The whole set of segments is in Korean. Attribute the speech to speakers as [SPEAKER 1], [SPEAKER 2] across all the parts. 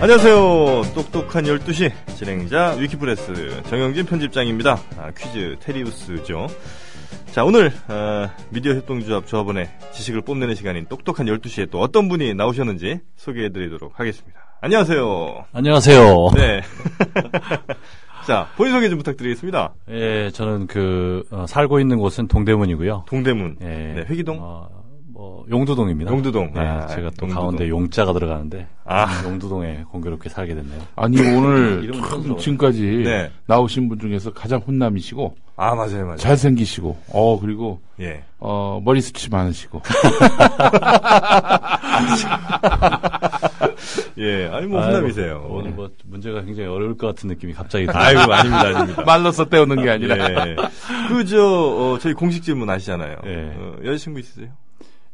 [SPEAKER 1] 안녕하세요. 똑똑한 12시 진행자 위키프레스 정영진 편집장입니다. 아, 퀴즈 테리우스죠. 자, 오늘 어, 미디어 협동조합 조합원의 지식을 뽐내는 시간인 똑똑한 12시에 또 어떤 분이 나오셨는지 소개해 드리도록 하겠습니다. 안녕하세요.
[SPEAKER 2] 안녕하세요.
[SPEAKER 1] 네. 자, 본인 소개 좀 부탁드리겠습니다.
[SPEAKER 2] 예, 저는 그 어, 살고 있는 곳은 동대문이고요.
[SPEAKER 1] 동대문.
[SPEAKER 2] 예,
[SPEAKER 1] 네, 회기동.
[SPEAKER 2] 어, 뭐 용두동입니다.
[SPEAKER 1] 용두동.
[SPEAKER 2] 네,
[SPEAKER 1] 아,
[SPEAKER 2] 제가 또
[SPEAKER 1] 용두동.
[SPEAKER 2] 가운데 용자가 들어가는데
[SPEAKER 1] 아.
[SPEAKER 2] 용두동에 공교롭게 살게 됐네요.
[SPEAKER 3] 아니 오늘
[SPEAKER 2] 이름은
[SPEAKER 3] 참
[SPEAKER 2] 촌스러워요.
[SPEAKER 3] 지금까지
[SPEAKER 1] 네.
[SPEAKER 3] 나오신 분 중에서 가장 훈남이시고
[SPEAKER 1] 아, 맞아요, 맞아요.
[SPEAKER 3] 잘생기시고 어 그리고
[SPEAKER 1] 예.
[SPEAKER 3] 어 머리 숱이 많으시고
[SPEAKER 1] 예, 아니 뭐
[SPEAKER 2] 아이고,
[SPEAKER 1] 훈남이세요.
[SPEAKER 2] 오늘 뭐 문제가 굉장히 어려울 것 같은 느낌이 갑자기 들어요.
[SPEAKER 1] 아이고, 아닙니다, 아닙니다.
[SPEAKER 3] 말로써 때우는 게 아니라
[SPEAKER 1] 예. 그저 어, 저희 공식 질문 아시잖아요.
[SPEAKER 2] 예.
[SPEAKER 1] 어, 여자친구 있으세요?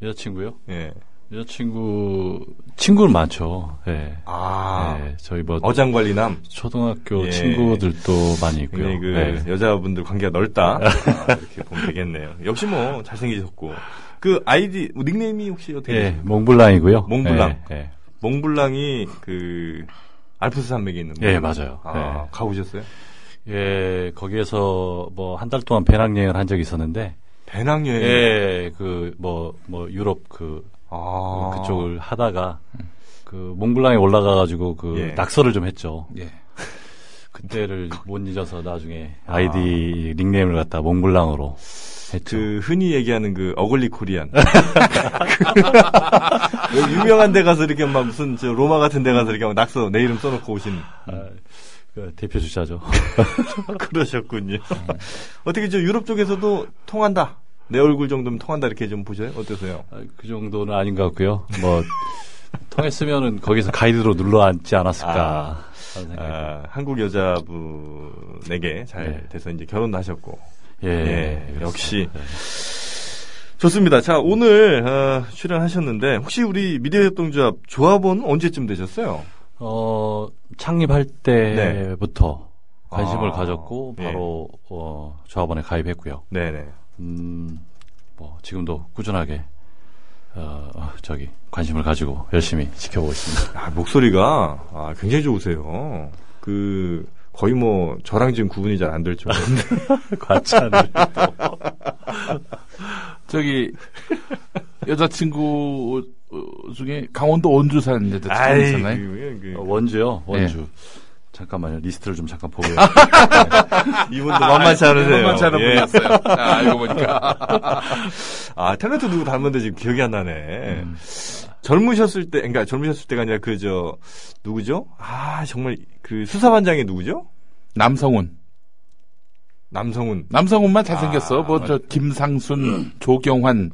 [SPEAKER 2] 여자친구요?
[SPEAKER 1] 예.
[SPEAKER 2] 여자친구 친구는 많죠. 예.
[SPEAKER 1] 아
[SPEAKER 2] 예, 저희 뭐
[SPEAKER 1] 어장 관리남.
[SPEAKER 2] 초등학교
[SPEAKER 1] 예.
[SPEAKER 2] 친구들도 많이 있고요.
[SPEAKER 1] 굉장히 그
[SPEAKER 2] 예.
[SPEAKER 1] 여자분들 관계가 넓다 아, 이렇게 보면 되겠네요. 역시 뭐 잘생기셨고 그 아이디 뭐 닉네임이 혹시 어떻게
[SPEAKER 2] 예,
[SPEAKER 1] 되세요?
[SPEAKER 2] 몽블랑이고요.
[SPEAKER 1] 몽블랑.
[SPEAKER 2] 예, 예.
[SPEAKER 1] 몽블랑이 그 알프스 산맥에 있는 분.
[SPEAKER 2] 예, 맞아요. 예.
[SPEAKER 1] 아, 가보셨어요?
[SPEAKER 2] 예, 거기에서 뭐 한 달 동안 배낭여행을 한 적이 있었는데,
[SPEAKER 1] 배낭여행.
[SPEAKER 2] 예, 그 뭐, 뭐 유럽 그,
[SPEAKER 1] 아
[SPEAKER 2] 그쪽을 하다가, 그 몽블랑에 올라가가지고 그
[SPEAKER 1] 예.
[SPEAKER 2] 낙서를 좀 했죠.
[SPEAKER 3] 예.
[SPEAKER 2] 그때를 못 잊어서 나중에 아이디 닉네임을 갖다 몽블랑으로 했죠.
[SPEAKER 1] 그 흔히 얘기하는 그 어글리 코리안 여기 유명한 데 가서 이렇게 막 무슨 저 로마 같은 데 가서 이렇게 막 낙서 내 이름 써놓고 오신
[SPEAKER 2] 아, 그 대표 주자죠.
[SPEAKER 1] 그러셨군요. 음. 어떻게 저 유럽 쪽에서도 통한다. 내 얼굴 정도면 통한다 이렇게 좀 보셔요. 어떠세요?
[SPEAKER 2] 아, 그 정도는 아닌 것 같고요. 뭐, 통했으면은 거기서 가이드로 눌러 앉지 않았을까. 하는 생각이
[SPEAKER 1] 아, 한국 여자분에게 잘
[SPEAKER 2] 네.
[SPEAKER 1] 돼서 이제 결혼도 하셨고
[SPEAKER 2] 예,
[SPEAKER 1] 예,
[SPEAKER 2] 그렇습니다.
[SPEAKER 1] 역시. 좋습니다. 자 오늘 어, 출연하셨는데 혹시 우리 미디어협동조합 조합원 언제쯤 되셨어요?
[SPEAKER 2] 어, 창립할 때부터 관심을
[SPEAKER 1] 아,
[SPEAKER 2] 가졌고
[SPEAKER 1] 예.
[SPEAKER 2] 바로 어, 조합원에 가입했고요.
[SPEAKER 1] 네네.
[SPEAKER 2] 음, 뭐 지금도 꾸준하게 어, 어, 저기 관심을 가지고 열심히 지켜보고 있습니다.
[SPEAKER 1] 아, 목소리가 아, 굉장히 좋으세요. 그 거의 뭐 저랑 지금 구분이 잘 안 될 정도인데.
[SPEAKER 2] 과찬을.
[SPEAKER 3] 저기 여자친구 어, 중에 강원도 원주산 여자친구 예, 있잖아요
[SPEAKER 1] 그, 그, 그,
[SPEAKER 2] 어, 원주요, 원주. 잠깐만요. 리스트를 좀 잠깐 보고요.
[SPEAKER 1] 이분도 만만치 않으세요.
[SPEAKER 3] 아, 만만치 않은
[SPEAKER 1] 예.
[SPEAKER 3] 분이었어요 아, 알고 보니까
[SPEAKER 1] 아 탤런트 누구 닮았는데 지금 기억이 안 나네.
[SPEAKER 3] 음.
[SPEAKER 1] 젊으셨을 때, 그러니까 젊으셨을 때가 아니라 그 저 누구죠? 아 정말 그 수사반장이 누구죠?
[SPEAKER 3] 남성훈
[SPEAKER 1] 남성훈.
[SPEAKER 3] 남성훈만 잘생겼어
[SPEAKER 1] 아,
[SPEAKER 3] 뭐 저 김상순 조경환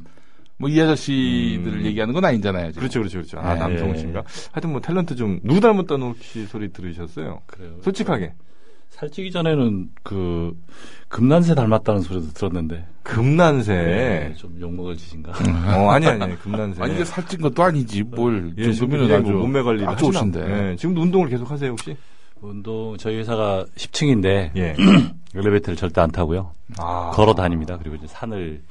[SPEAKER 3] 뭐 이 아저씨들
[SPEAKER 1] 음.
[SPEAKER 3] 얘기하는 건 아니잖아요 지금.
[SPEAKER 1] 그렇죠, 그렇죠, 그렇죠. 아
[SPEAKER 3] 예,
[SPEAKER 1] 남성훈 씨인가? 하여튼 뭐 탤런트 좀 누구 닮았다는 혹시 소리 들으셨어요?
[SPEAKER 2] 그래요.
[SPEAKER 3] 네.
[SPEAKER 1] 솔직하게
[SPEAKER 2] 살찌기 전에는 그 금난새 닮았다는 소리도 들었는데
[SPEAKER 1] 금난새.
[SPEAKER 2] 예, 좀 욕먹을 짓인가.
[SPEAKER 1] 어 아니 아니 아니, 금난새.
[SPEAKER 3] 네. 아니 이게 살찐 것도 아니지 뭘
[SPEAKER 1] 네. 예, 지금
[SPEAKER 3] 정도면
[SPEAKER 1] 굉장히
[SPEAKER 3] 아주
[SPEAKER 1] 뭐 몸매 관리를
[SPEAKER 3] 아주
[SPEAKER 1] 하시나
[SPEAKER 3] 오신데
[SPEAKER 1] 보네. 예, 지금도 운동을 계속 하세요 혹시?
[SPEAKER 2] 운동 저희 회사가 10층인데
[SPEAKER 1] 예.
[SPEAKER 2] 엘리베이터를 절대 안 타고요.
[SPEAKER 1] 아,
[SPEAKER 2] 걸어 다닙니다. 그리고 이제 산을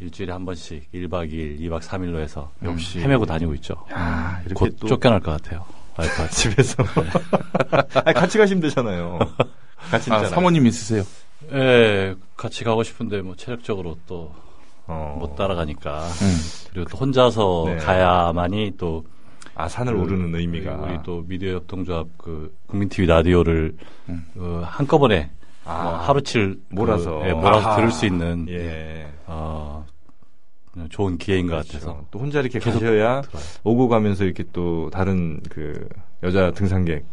[SPEAKER 2] 일주일에 한 번씩 1박 2일, 2박 3일로 해서
[SPEAKER 1] 역시.
[SPEAKER 2] 헤매고 다니고 있죠.
[SPEAKER 1] 아, 이렇게
[SPEAKER 2] 곧
[SPEAKER 1] 또
[SPEAKER 2] 쫓겨날 것 같아요. 와이프한테.
[SPEAKER 1] 집에서. 아니, 같이 가시면 되잖아요. 같이
[SPEAKER 3] 아,
[SPEAKER 1] 있잖아요.
[SPEAKER 3] 사모님 있으세요?
[SPEAKER 2] 예, 같이 가고 싶은데 뭐 체력적으로 또 못
[SPEAKER 1] 어.
[SPEAKER 3] 뭐,
[SPEAKER 2] 따라가니까.
[SPEAKER 3] 음.
[SPEAKER 2] 그리고 또 혼자서
[SPEAKER 1] 네.
[SPEAKER 2] 가야만이 또
[SPEAKER 1] 아 산을
[SPEAKER 2] 그,
[SPEAKER 1] 오르는 의미가.
[SPEAKER 2] 우리 또 미디어 협동조합 그 국민 TV 라디오를 어, 한꺼번에
[SPEAKER 1] 아.
[SPEAKER 2] 뭐 하루칠 그,
[SPEAKER 1] 몰아서.
[SPEAKER 2] 예, 몰아서
[SPEAKER 1] 아하.
[SPEAKER 2] 들을 수 있는
[SPEAKER 1] 예.
[SPEAKER 2] 어, 좋은 기회인 것 같아서
[SPEAKER 1] 또 혼자 이렇게 가셔야 오고 가면서 이렇게 또 다른 그 여자 등산객.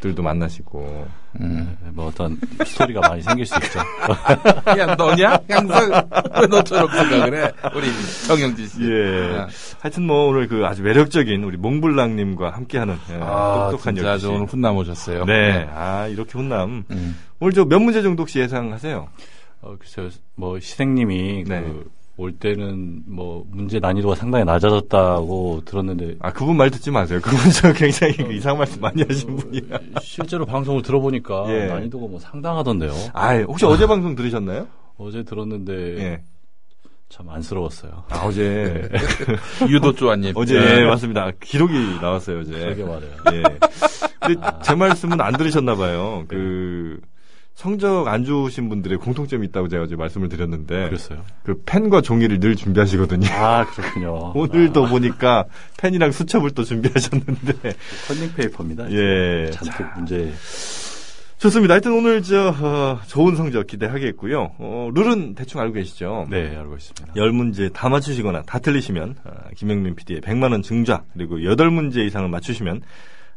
[SPEAKER 1] 들도 만나시고
[SPEAKER 2] 예, 뭐 어떤 스토리가 많이 생길 수 있죠.
[SPEAKER 3] 야, 너냐? 항상 왜 너처럼 생각을 해? 우리 정영진 씨.
[SPEAKER 1] 예 하여튼 뭐 오늘 그 아주 매력적인 우리 몽블랑님과 함께하는 예,
[SPEAKER 3] 아,
[SPEAKER 1] 똑똑한
[SPEAKER 3] 진짜
[SPEAKER 1] 열두
[SPEAKER 3] 아주
[SPEAKER 1] 시.
[SPEAKER 3] 오늘 훈남 오셨어요.
[SPEAKER 1] 네. 아, 이렇게 혼남.
[SPEAKER 3] 음.
[SPEAKER 1] 오늘 저 몇 문제 정도 혹시 예상하세요?
[SPEAKER 2] 어, 글쎄요, 뭐 시생님이
[SPEAKER 1] 네.
[SPEAKER 2] 그 올 때는 뭐 문제 난이도가 상당히 낮아졌다고 들었는데
[SPEAKER 1] 아, 그분 말 듣지 마세요. 그분 저 굉장히 이상한 말씀 많이 하신 분이야.
[SPEAKER 2] 실제로 방송을 들어보니까
[SPEAKER 1] 예.
[SPEAKER 2] 난이도가 뭐 상당하던데요.
[SPEAKER 1] 아, 혹시 어제 방송 들으셨나요?
[SPEAKER 2] 어제 들었는데
[SPEAKER 1] 예.
[SPEAKER 2] 참 안쓰러웠어요.
[SPEAKER 3] 아, 어제. 유도 쪼아님. 네.
[SPEAKER 1] 어제 예, 맞습니다. 기록이 나왔어요 어제.
[SPEAKER 2] 그러게 말해요.
[SPEAKER 1] 예. 근데 제 말씀은 안 들으셨나 봐요. 그 성적 안 좋으신 분들의 공통점이 있다고 제가 어제 말씀을 드렸는데
[SPEAKER 2] 그랬어요.
[SPEAKER 1] 그 펜과 종이를 늘 준비하시거든요.
[SPEAKER 2] 아 그렇군요.
[SPEAKER 1] 오늘도 보니까 펜이랑 수첩을 또 준비하셨는데
[SPEAKER 2] 컨닝 페이퍼입니다.
[SPEAKER 1] 예
[SPEAKER 2] 잔뜩 문제.
[SPEAKER 1] 좋습니다. 하여튼 오늘 저 어, 좋은 성적 기대하겠고요. 어, 룰은 대충 알고 계시죠?
[SPEAKER 2] 네 알고 있습니다.
[SPEAKER 1] 열 문제 다 맞추시거나 다 틀리시면 아, 김영민 PD의 100만 원 증자 그리고 여덟 문제 이상을 맞추시면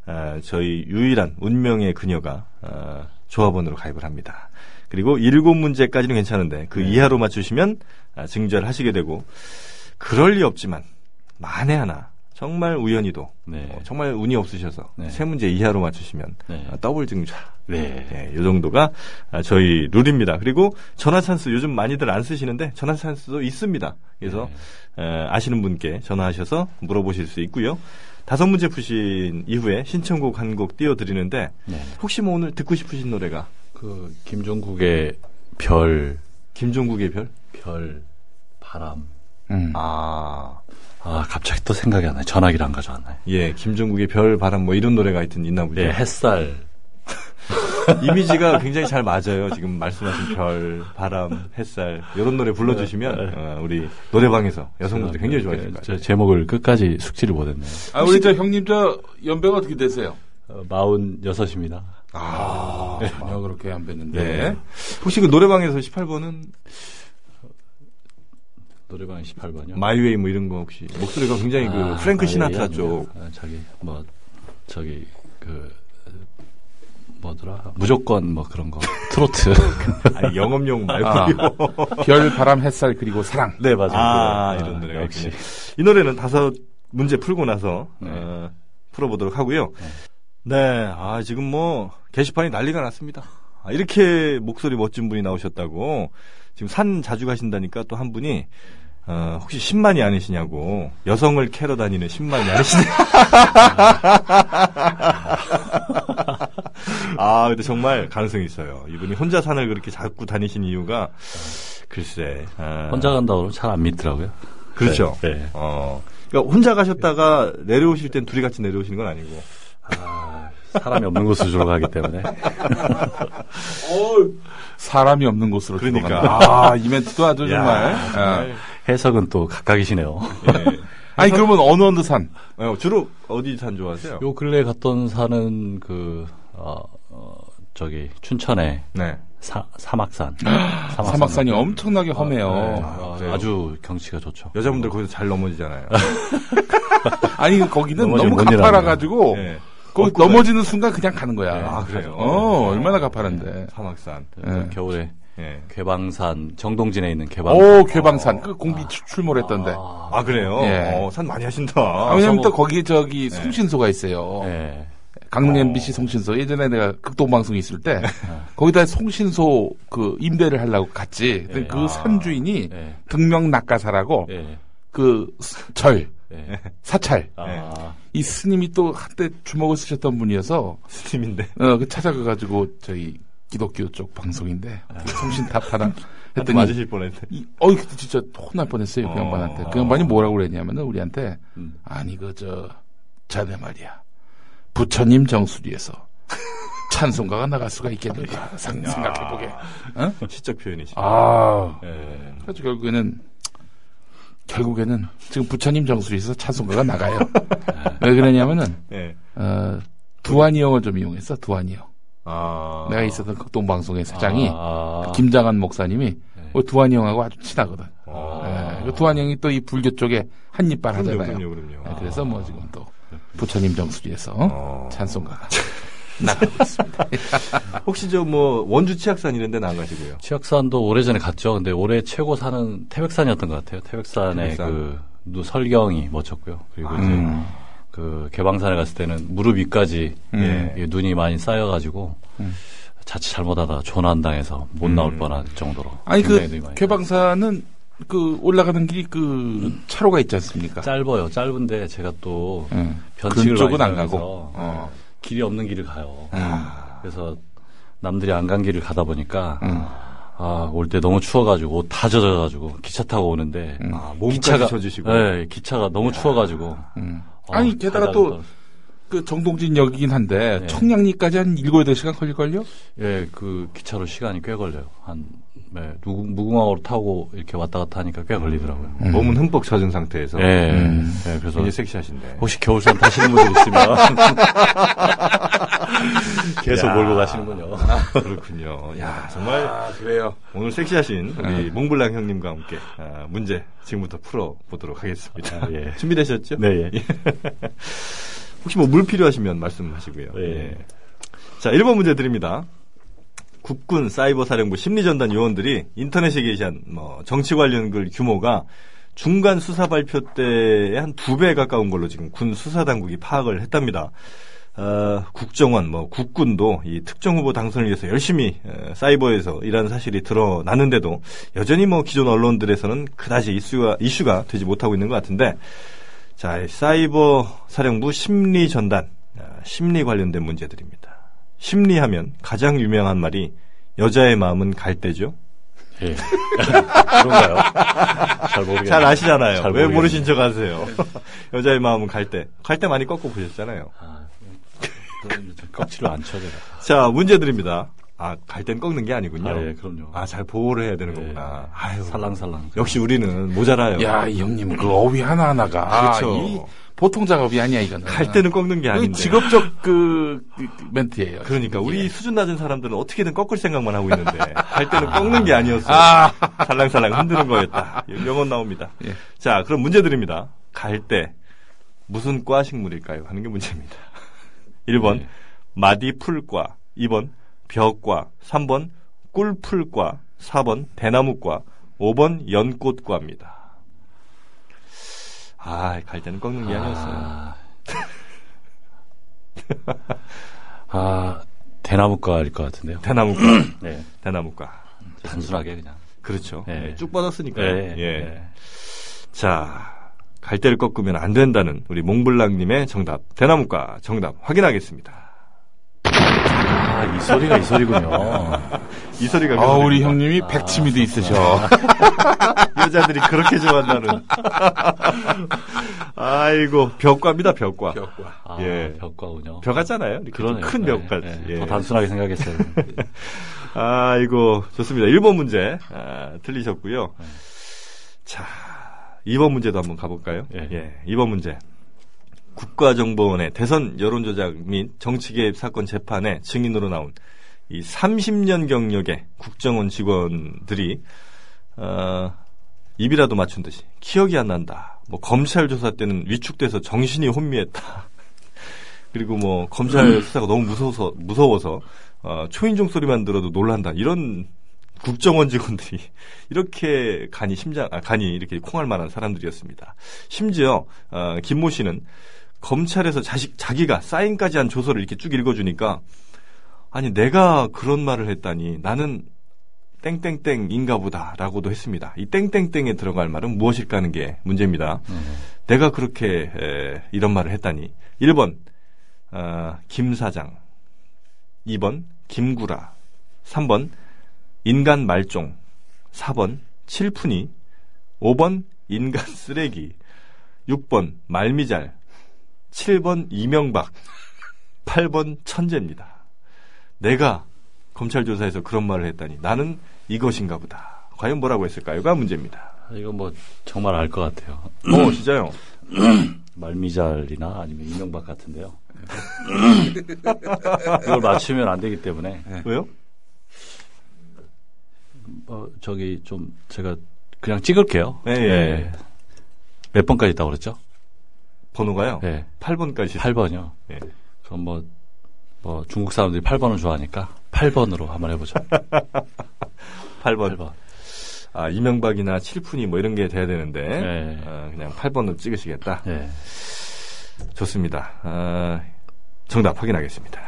[SPEAKER 1] 아, 저희 유일한 운명의 그녀가 아, 조합원으로 가입을 합니다. 그리고 일곱 문제까지는 괜찮은데 그 이하로 맞추시면 아, 증자를 하시게 되고 그럴 리 없지만 만에 하나 정말 우연히도
[SPEAKER 2] 네.
[SPEAKER 1] 어, 정말 운이 없으셔서
[SPEAKER 2] 네.
[SPEAKER 1] 세 문제 이하로 맞추시면
[SPEAKER 2] 네.
[SPEAKER 1] 아, 더블 증자.
[SPEAKER 2] 네.
[SPEAKER 1] 이 정도가 아, 저희 룰입니다. 그리고 전화 찬스 요즘 많이들 안 쓰시는데 전화 찬스도 있습니다. 그래서
[SPEAKER 2] 네.
[SPEAKER 1] 어, 아시는 분께 전화하셔서 물어보실 수 있고요. 다섯 문제 푸신 이후에 신청곡 한 곡 띄워드리는데
[SPEAKER 2] 네.
[SPEAKER 1] 혹시 뭐 오늘 듣고 싶으신 노래가
[SPEAKER 2] 그 김종국의 별,
[SPEAKER 1] 김종국의 별?
[SPEAKER 2] 음. 별, 바람.
[SPEAKER 3] 음.
[SPEAKER 1] 아,
[SPEAKER 2] 아 갑자기 또 생각이 안 나요. 전화기를 안 가져왔나요?
[SPEAKER 1] 예, 김종국의 별, 바람 뭐 이런 노래가 하여튼 있나 보죠.
[SPEAKER 2] 네 햇살.
[SPEAKER 1] 이미지가 굉장히 잘 맞아요. 지금 말씀하신 별, 바람, 햇살 이런 노래 불러주시면 어, 우리 노래방에서 여성분들 굉장히 좋아하실 것 같아요.
[SPEAKER 2] 그렇죠. 네, 저그 제목을 끝까지 숙지를 못했네요.
[SPEAKER 3] 아, 우리 저 형님 저 연배가 어떻게 되세요?
[SPEAKER 2] 마흔 여섯입니다.
[SPEAKER 3] 아, 전혀 그렇게 안 뵀는데.
[SPEAKER 1] 네. 혹시 그 노래방에서 18번은
[SPEAKER 2] 노래방 18번이요. 예,
[SPEAKER 1] 마이웨이 뭐 이런 거 혹시 목소리가 굉장히 그 프랭크 시나트라 쪽
[SPEAKER 2] 아, 저기 뭐 저기 그 뭐더라 무조건 뭐 그런 거 트로트.
[SPEAKER 1] 아니, 영업용
[SPEAKER 3] 아,
[SPEAKER 1] 말고요.
[SPEAKER 3] 별, 바람, 햇살, 그리고 사랑.
[SPEAKER 2] 네 맞아요.
[SPEAKER 1] 아,
[SPEAKER 2] 그래요.
[SPEAKER 1] 이런 노래가
[SPEAKER 2] 역시.
[SPEAKER 1] 역시 이 노래는 다섯 문제 풀고 나서
[SPEAKER 2] 네.
[SPEAKER 1] 어, 풀어보도록 하고요. 네, 아 지금 뭐 게시판이 난리가 났습니다. 아, 이렇게 목소리 멋진 분이 나오셨다고 지금 산 자주 가신다니까 또 한 분이 어, 혹시 10만이 아니시냐고 여성을 캐러 다니는 10만이 아니시냐? 아 근데 정말 가능성이 있어요. 이분이 혼자 산을 그렇게 자꾸 다니신 이유가 글쎄 아,
[SPEAKER 2] 혼자 간다고 그러면 잘 안 믿더라고요.
[SPEAKER 1] 그렇죠.
[SPEAKER 2] 네, 네.
[SPEAKER 1] 어. 그러니까 혼자 가셨다가 내려오실 땐 둘이 같이 내려오시는 건 아니고.
[SPEAKER 2] 아, 사람이 없는 곳으로 주로 가기 때문에
[SPEAKER 3] 사람이 없는 곳으로
[SPEAKER 1] 그러니까.
[SPEAKER 3] 들어간다. 아, 이 멘트도 아주
[SPEAKER 1] 야,
[SPEAKER 3] 정말. 아.
[SPEAKER 2] 해석은 또 각각이시네요.
[SPEAKER 3] 아니, 그러면 어느 어느 산?
[SPEAKER 1] 어, 주로 어디 산 좋아하세요?
[SPEAKER 2] 요 근래 갔던 산은 그 어, 어, 저기 춘천의
[SPEAKER 1] 네.
[SPEAKER 2] 사, 사막산.
[SPEAKER 3] 아, 사막산이 엄청나게 험해요.
[SPEAKER 1] 네.
[SPEAKER 2] 아,
[SPEAKER 1] 그래요?
[SPEAKER 2] 아주 경치가 좋죠.
[SPEAKER 1] 여자분들 거기서 잘 넘어지잖아요.
[SPEAKER 3] 아니, 네. 거기는
[SPEAKER 2] 넘어지면
[SPEAKER 3] 너무
[SPEAKER 2] 못 일어나요.
[SPEAKER 3] 가파라가지고,
[SPEAKER 1] 네.
[SPEAKER 3] 거기 넘어지는 순간 그냥 가는 거야.
[SPEAKER 2] 네.
[SPEAKER 1] 아, 그래요?
[SPEAKER 3] 어, 얼마나 가파른데.
[SPEAKER 1] 사막산.
[SPEAKER 2] 그래서
[SPEAKER 3] 예.
[SPEAKER 2] 네, 겨울에
[SPEAKER 1] 예.
[SPEAKER 2] 괴방산 정동진에 있는 괴방산.
[SPEAKER 3] 오, 괴방산. 그 공기 추- 출몰했던데.
[SPEAKER 2] 아,
[SPEAKER 1] 아, 그래요?
[SPEAKER 3] 예.
[SPEAKER 1] 어, 산 많이 하신다.
[SPEAKER 3] 아, 왜냐면
[SPEAKER 2] 서부-
[SPEAKER 3] 또 거기 저기 송신소가 있어요.
[SPEAKER 2] 예.
[SPEAKER 3] 강릉 MBC 송신소. 예전에 내가 극동방송 있을 때 거기다 송신소 그 임대를 하려고 갔지. 근데
[SPEAKER 2] 예.
[SPEAKER 3] 그 산주인이
[SPEAKER 2] 예.
[SPEAKER 3] 등명 낙가사라고
[SPEAKER 2] 예.
[SPEAKER 3] 그 절
[SPEAKER 2] 예.
[SPEAKER 3] 사찰
[SPEAKER 2] 아,
[SPEAKER 3] 이 스님이 또 한때 주목을 쓰셨던 분이어서
[SPEAKER 1] 스님인데.
[SPEAKER 3] 어, 그 찾아가가지고 저희 기독교 쪽 방송인데 송신탑 하나
[SPEAKER 1] 하여튼
[SPEAKER 3] 했더니
[SPEAKER 1] 맞으실 뻔했는데.
[SPEAKER 3] 이, 어이 그때 진짜 혼날 뻔했어요 그
[SPEAKER 1] 어.
[SPEAKER 3] 양반한테 그 양반이 뭐라고 그랬냐면은 우리한테
[SPEAKER 2] 음.
[SPEAKER 3] 아니 그저 자네 말이야 부처님 정수리에서 찬송가가 나갈 수가 있겠는가 상- 생각해보게 어?
[SPEAKER 1] 시적 표현이시죠.
[SPEAKER 3] 아
[SPEAKER 1] 예.
[SPEAKER 3] 그래서 결국에는 결국에는 지금 부처님 정수리에서 찬송가가 나가요 왜 그러냐면은
[SPEAKER 1] 예.
[SPEAKER 3] 어, 두한이 형을 좀 이용했어 두한이 형
[SPEAKER 1] 아.
[SPEAKER 3] 내가 있었던 그 극동방송의 사장이
[SPEAKER 2] 아,
[SPEAKER 3] 김장한 목사님이 어, 두한이 형하고 아주 친하거든
[SPEAKER 1] 네. 아.
[SPEAKER 3] 예, 그 두한 형이 또 이 불교 쪽에 한입발
[SPEAKER 1] 그럼요,
[SPEAKER 3] 하잖아요.
[SPEAKER 1] 그럼요, 네. 그럼요.
[SPEAKER 3] 예, 그래서 뭐 지금 또 부처님 정수리에서
[SPEAKER 1] 어.
[SPEAKER 3] 찬송가가 나가고 있습니다.
[SPEAKER 1] 혹시 저 뭐 원주 치악산 이런 데는 안 가시고요.
[SPEAKER 2] 치악산도 오래전에 갔죠. 근데 올해 최고 산은 태백산이었던 것 같아요. 태백산의
[SPEAKER 1] 태백산.
[SPEAKER 2] 그 누- 설경이 멋졌고요. 그리고 이제
[SPEAKER 3] 음.
[SPEAKER 2] 그 개방산에 갔을 때는 무릎 위까지
[SPEAKER 1] 음.
[SPEAKER 2] 예, 눈이 많이 쌓여가지고 자칫 잘못하다 조난당해서 못 나올 뻔한 정도로.
[SPEAKER 3] 아니
[SPEAKER 2] 굉장히 눈이
[SPEAKER 3] 그
[SPEAKER 2] 많이
[SPEAKER 3] 개방산은 그 올라가는 길이 그 차로가 있지 않습니까?
[SPEAKER 2] 짧아요. 짧은데 제가 또
[SPEAKER 3] 음.
[SPEAKER 2] 변칙을
[SPEAKER 3] 그쪽은
[SPEAKER 2] 많이
[SPEAKER 3] 안 가고.
[SPEAKER 2] 따라서
[SPEAKER 3] 어. 음.
[SPEAKER 2] 길이 없는 길을 가요. 그래서 남들이 안 간 길을 가다 보니까
[SPEAKER 3] 음.
[SPEAKER 2] 아, 올 때 너무 추워가지고, 옷 다 젖어가지고, 기차 타고 오는데,
[SPEAKER 3] 음.
[SPEAKER 2] 아, 몸까지
[SPEAKER 1] 기차가 젖으시고.
[SPEAKER 2] 네, 기차가 너무 추워가지고.
[SPEAKER 3] 음.
[SPEAKER 2] 아,
[SPEAKER 3] 아니, 게다가 또-
[SPEAKER 2] 달달달달.
[SPEAKER 3] 그 정동진역이긴 한데
[SPEAKER 2] 네.
[SPEAKER 3] 청량리까지 한 7, 8시간 걸릴걸요?
[SPEAKER 2] 예, 그 기차로 시간이 꽤 걸려요. 한, 네, 누구, 무궁화호로 타고 이렇게 왔다 갔다 하니까 꽤 걸리더라고요.
[SPEAKER 1] 몸은 흠뻑 젖은 상태에서
[SPEAKER 2] 예,
[SPEAKER 3] 음.
[SPEAKER 2] 예, 그래서
[SPEAKER 1] 굉장히 섹시하신데
[SPEAKER 2] 혹시 겨울산 타시는 분들 있으면 계속 몰고 가시는군요.
[SPEAKER 1] 아, 그렇군요. 야 정말
[SPEAKER 3] 아, 그래요.
[SPEAKER 1] 오늘 섹시하신 우리 몽블랑 형님과 함께 아, 문제 지금부터 풀어보도록 하겠습니다.
[SPEAKER 2] 아, 예.
[SPEAKER 1] 준비되셨죠?
[SPEAKER 2] 네, 예.
[SPEAKER 1] 혹시 뭐 물 필요하시면 말씀하시고요.
[SPEAKER 2] 예.
[SPEAKER 1] 예. 자, 1번 문제 드립니다. 국군 사이버 사령부 심리전단 요원들이 인터넷에 게시한 뭐 정치 관련 글 규모가 중간 수사 발표 때의 한 두 배 가까운 걸로 지금 군 수사 당국이 파악을 했답니다. 어, 국정원, 뭐 국군도 이 특정 후보 당선을 위해서 열심히 어, 사이버에서 일하는 사실이 드러나는데도 여전히 뭐 기존 언론들에서는 그다지 이슈가 이슈가 되지 못하고 있는 것 같은데 자, 이 사이버 사령부 심리 전단, 아, 심리 관련된 문제들입니다. 심리하면 가장 유명한 말이 여자의 마음은 갈대죠.
[SPEAKER 2] 예. 그런가요? 잘 모르겠네요.
[SPEAKER 1] 잘 아시잖아요.
[SPEAKER 2] 잘
[SPEAKER 1] 왜
[SPEAKER 2] 모르겠네요.
[SPEAKER 1] 모르신 척하세요? 여자의 마음은 갈대. 갈대 많이 꺾어 보셨잖아요.
[SPEAKER 2] 아, 좀 껍질을 안 쳐져요.
[SPEAKER 1] 자, 문제들입니다. 아, 갈대는 꺾는 게 아니군요.
[SPEAKER 2] 아, 예, 그럼요.
[SPEAKER 1] 아, 잘 보호를 해야 되는
[SPEAKER 2] 예.
[SPEAKER 1] 거구나. 아유,
[SPEAKER 2] 살랑살랑. 그
[SPEAKER 1] 역시 우리는 모자라요.
[SPEAKER 3] 야, 이 형님, 그 어휘 하나하나가.
[SPEAKER 1] 네.
[SPEAKER 3] 아,
[SPEAKER 1] 그렇죠.
[SPEAKER 3] 이 보통 작업이 아니야, 이거는.
[SPEAKER 1] 갈대는 꺾는 게
[SPEAKER 3] 그
[SPEAKER 1] 아닌데.
[SPEAKER 3] 직업적 그, 그- 그 멘트예요.
[SPEAKER 1] 그러니까 우리
[SPEAKER 3] 예.
[SPEAKER 1] 수준 낮은 사람들은 어떻게든 꺾을 생각만 하고 있는데 갈 때는 꺾는 게 아니었어.
[SPEAKER 3] 아.
[SPEAKER 1] 살랑살랑 흔드는 거였다. 이 명언 나옵니다.
[SPEAKER 3] 예.
[SPEAKER 1] 자, 그럼 문제 드립니다. 갈 때 무슨 과 식물일까요? 하는 게 문제입니다. 1번
[SPEAKER 2] 네.
[SPEAKER 1] 마디풀과, 2번 벽과, 3번 꿀풀과, 4번 대나무과, 5번 연꽃과입니다. 아, 갈 때는 꺾는 게 아니었어요.
[SPEAKER 2] 아, 아 대나무과일 것 같은데요.
[SPEAKER 1] 대나무과,
[SPEAKER 2] 네.
[SPEAKER 1] 대나무과.
[SPEAKER 2] 단순하게 그냥.
[SPEAKER 1] 그렇죠.
[SPEAKER 2] 예.
[SPEAKER 1] 예, 쭉 뻗었으니까요.
[SPEAKER 2] 예.
[SPEAKER 1] 예.
[SPEAKER 2] 예.
[SPEAKER 1] 자, 갈대를 꺾으면 안 된다는 우리 몽블랑님의 정답, 대나무과 정답 확인하겠습니다.
[SPEAKER 2] 아, 이 소리가 이 소리군요.
[SPEAKER 1] 이 소리가
[SPEAKER 3] 아, 우리
[SPEAKER 1] 그렇습니다.
[SPEAKER 3] 형님이
[SPEAKER 1] 아,
[SPEAKER 3] 백치미도 있으셔.
[SPEAKER 1] 여자들이 그렇게 좋아한다는. 아이고 벽과입니다 벽과.
[SPEAKER 2] 아,
[SPEAKER 1] 예.
[SPEAKER 2] 벽과군요.
[SPEAKER 1] 벽 같잖아요. 이렇게 좀
[SPEAKER 2] 그러네요.
[SPEAKER 1] 큰
[SPEAKER 2] 예,
[SPEAKER 1] 벽까지.
[SPEAKER 2] 예.
[SPEAKER 1] 예.
[SPEAKER 2] 더 단순하게 생각했어요.
[SPEAKER 1] 아이고 좋습니다. 1번 문제 아, 틀리셨고요. 자, 2번 문제도 한번 가볼까요?
[SPEAKER 2] 예.
[SPEAKER 1] 예, 2번 문제. 국가정보원의 대선 여론조작 및 정치개입 사건 재판에 증인으로 나온 이 30년 경력의 국정원 직원들이 어, 입이라도 맞춘 듯이 기억이 안 난다. 뭐 검찰 조사 때는 위축돼서 정신이 혼미했다. 그리고 뭐 검찰 수사가 너무 무서워서 무서워서 어, 초인종 소리만 들어도 놀란다. 이런 국정원 직원들이 이렇게 간이 심장 아, 간이 이렇게 콩할 만한 사람들이었습니다. 심지어 어, 김모 씨는 검찰에서 자식 자기가 사인까지 한 조서를 이렇게 쭉 읽어주니까 아니 내가 그런 말을 했다니 나는 땡땡땡인가 보다라고도 했습니다. 이 땡땡땡에 들어갈 말은 무엇일까 하는 게 문제입니다. 내가 그렇게 에, 이런 말을 했다니 1번 어, 김 사장 2번 김구라 3번 인간 말종 4번 칠푼이 5번 인간 쓰레기 6번 말미잘 7번 이명박 8번 천재입니다. 내가 검찰 조사에서 그런 말을 했다니 나는 이것인가 보다. 과연 뭐라고 했을까요가 문제입니다.
[SPEAKER 2] 이거 뭐 정말 알 것 같아요.
[SPEAKER 1] 어, 진짜요?
[SPEAKER 2] 말미잘이나 아니면 이명박 같은데요. 이걸 맞추면 안 되기 때문에
[SPEAKER 1] 왜요?
[SPEAKER 2] 어, 저기 좀 제가 그냥 찍을게요. 네.
[SPEAKER 1] 예, 예.
[SPEAKER 2] 몇 번까지 있다고 그랬죠?
[SPEAKER 1] 번호가요?
[SPEAKER 2] 예.
[SPEAKER 1] 8번까지.
[SPEAKER 2] 8번이요.
[SPEAKER 1] 예.
[SPEAKER 2] 그럼 뭐, 뭐 중국 사람들이 8번을 좋아하니까 8번으로 한번 해보죠.
[SPEAKER 1] 8번.
[SPEAKER 2] 8번.
[SPEAKER 1] 아, 이명박이나 칠푼이 뭐 이런 게 돼야 되는데.
[SPEAKER 2] 네.
[SPEAKER 1] 아, 그냥 8번으로 찍으시겠다.
[SPEAKER 2] 예.
[SPEAKER 1] 좋습니다. 아, 정답 확인하겠습니다.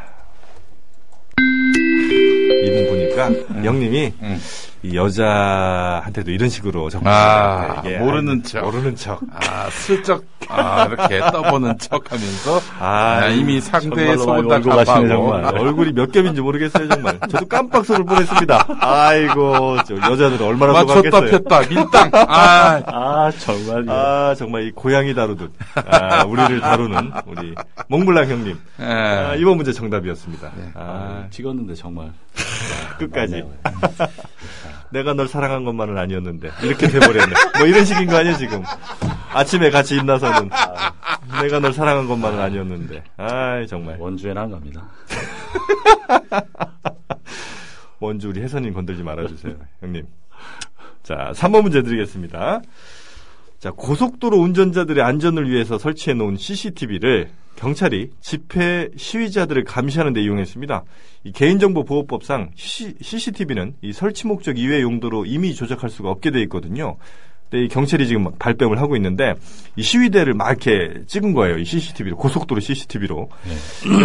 [SPEAKER 1] 이분 보니까 영님이
[SPEAKER 3] 음.
[SPEAKER 1] 이 여자한테도 이런 식으로 접근을
[SPEAKER 3] 아,
[SPEAKER 1] 해요. 이게
[SPEAKER 3] 모르는
[SPEAKER 1] 아,
[SPEAKER 3] 척.
[SPEAKER 1] 모르는 척.
[SPEAKER 3] 아, 슬쩍, 아, 이렇게 떠보는 척 하면서,
[SPEAKER 1] 아,
[SPEAKER 3] 아, 이미 상대의
[SPEAKER 2] 정말로 많이
[SPEAKER 3] 속다
[SPEAKER 2] 울고 가시네, 정말.
[SPEAKER 3] 갚아고
[SPEAKER 1] 얼굴이 몇 겹인지 모르겠어요 정말. 저도 깜빡 소를 보냈습니다. 아이고 저 여자들은 얼마나
[SPEAKER 3] 맞췄다
[SPEAKER 1] 속았겠어요.
[SPEAKER 3] 폈다, 밀당. 아,
[SPEAKER 2] 아, 정말요.
[SPEAKER 1] 아 정말 이 고양이 다루듯 아, 우리를 다루는 우리 몽블랑 형님. 아,
[SPEAKER 3] 예.
[SPEAKER 1] 이번 문제 정답이었습니다.
[SPEAKER 2] 아,
[SPEAKER 1] 아,
[SPEAKER 2] 찍었는데 정말.
[SPEAKER 1] 끝까지. 내가 널 사랑한 것만은 아니었는데 이렇게 돼버렸네. 뭐 이런 식인 거 아니야 지금? 아침에 같이 일나서는 내가 널 사랑한 것만은 아니었는데. 아 정말
[SPEAKER 2] 원주에는 안 갑니다.
[SPEAKER 1] 먼저 우리 혜선님 건들지 말아주세요, 형님. 자, 3번 문제 드리겠습니다. 자, 고속도로 운전자들의 안전을 위해서 설치해 놓은 CCTV를 경찰이 집회 시위자들을 감시하는 데 이용했습니다. 이 개인정보 보호법상 CCTV는 이 설치 목적 이외 용도로 이미 조작할 수가 없게 돼 있거든요. 근데 이 경찰이 지금 막 발뺌을 하고 있는데 이 시위대를 막 이렇게 찍은 거예요. 이 CCTV로 고속도로 CCTV로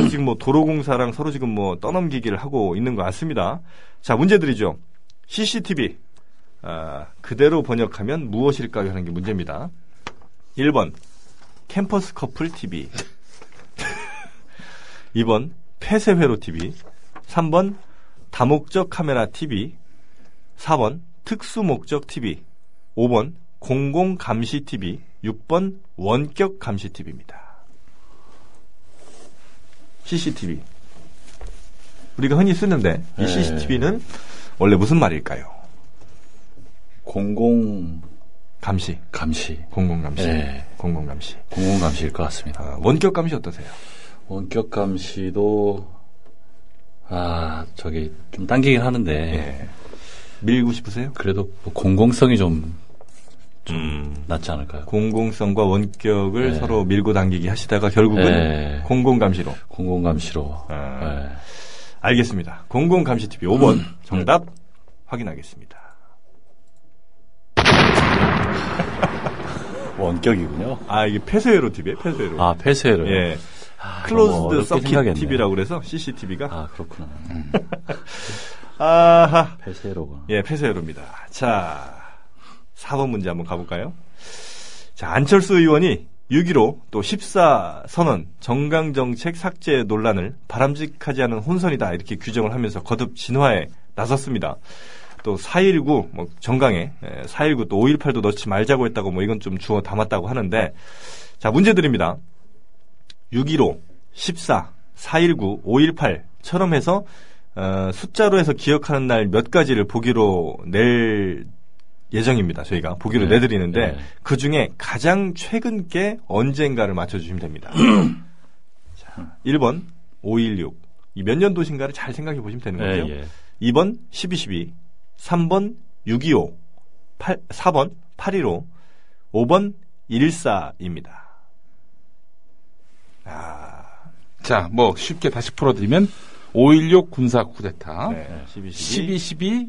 [SPEAKER 1] 지금 뭐 도로공사랑 서로 지금 뭐 떠넘기기를 하고 있는 것 같습니다. 자 문제들이죠. CCTV 아, 그대로 번역하면 무엇일까요 하는 게 문제입니다. 1번 캠퍼스 커플 TV 2번 폐쇄회로 TV 3번 다목적 카메라 TV 4번 특수목적 TV 5번 공공감시 TV 6번 원격 감시 TV입니다. CCTV 우리가 흔히 쓰는데 이
[SPEAKER 2] 네.
[SPEAKER 1] CCTV는 원래 무슨 말일까요?
[SPEAKER 2] 공공
[SPEAKER 1] 감시
[SPEAKER 2] 감시.
[SPEAKER 1] 공공 감시
[SPEAKER 2] 네.
[SPEAKER 1] 공공 감시
[SPEAKER 2] 공공 감시일 것 같습니다.
[SPEAKER 1] 아, 원격 감시 어떠세요?
[SPEAKER 2] 원격 감시도 아, 저기 좀 당기긴 하는데 예.
[SPEAKER 1] 밀고 싶으세요?
[SPEAKER 2] 그래도 뭐 공공성이 좀 낫지 않을까요?
[SPEAKER 1] 공공성과 원격을
[SPEAKER 2] 네.
[SPEAKER 1] 서로 밀고 당기기 하시다가 결국은
[SPEAKER 2] 네.
[SPEAKER 1] 공공 감시로
[SPEAKER 2] 공공 감시로.
[SPEAKER 1] 아.
[SPEAKER 2] 예.
[SPEAKER 1] 알겠습니다. 공공 감시 TV 5번 정답 확인하겠습니다.
[SPEAKER 2] 원격이군요.
[SPEAKER 1] 아 이게 폐쇄회로 TV에 폐쇄회로
[SPEAKER 2] 아, 폐쇄를.
[SPEAKER 1] 예
[SPEAKER 2] 아, 너무
[SPEAKER 1] 클로즈드
[SPEAKER 2] 어렵게
[SPEAKER 1] 서킷
[SPEAKER 2] 생각했네.
[SPEAKER 1] TV라고 그래서 CCTV가
[SPEAKER 2] 아, 그렇구나.
[SPEAKER 1] 아하
[SPEAKER 2] 폐쇄로구나.
[SPEAKER 1] 예, 폐쇄회로입니다. 자, 4번 문제 한번 가볼까요? 자, 안철수 의원이 6.15 또 14선언 정강정책 삭제 논란을 바람직하지 않은 혼선이다 이렇게 규정을 하면서 거듭 진화에 나섰습니다. 또 4.19, 뭐 정강에 4.19 또 5.18도 넣지 말자고 했다고 뭐 이건 좀 주워 담았다고 하는데 자, 문제 드립니다. 6.15, 14, 4.19, 5.18처럼 해서 어, 숫자로 해서 기억하는 날 몇 가지를 보기로 낼 예정입니다. 저희가 보기로
[SPEAKER 2] 네.
[SPEAKER 1] 내드리는데
[SPEAKER 2] 네.
[SPEAKER 1] 그 중에 가장 최근 게 언젠가를 맞춰주시면 됩니다. 자, 1번 5.16. 이 몇 년도신가를 잘 생각해 보시면 되는
[SPEAKER 2] 예,
[SPEAKER 1] 거죠.
[SPEAKER 2] 예.
[SPEAKER 1] 2번 1212, 3번 625, 8, 4번 815, 5번 114입니다.
[SPEAKER 3] 자, 뭐, 쉽게 다시 풀어드리면, 5.16 군사 쿠데타,
[SPEAKER 1] 네. 1212,
[SPEAKER 3] 12.12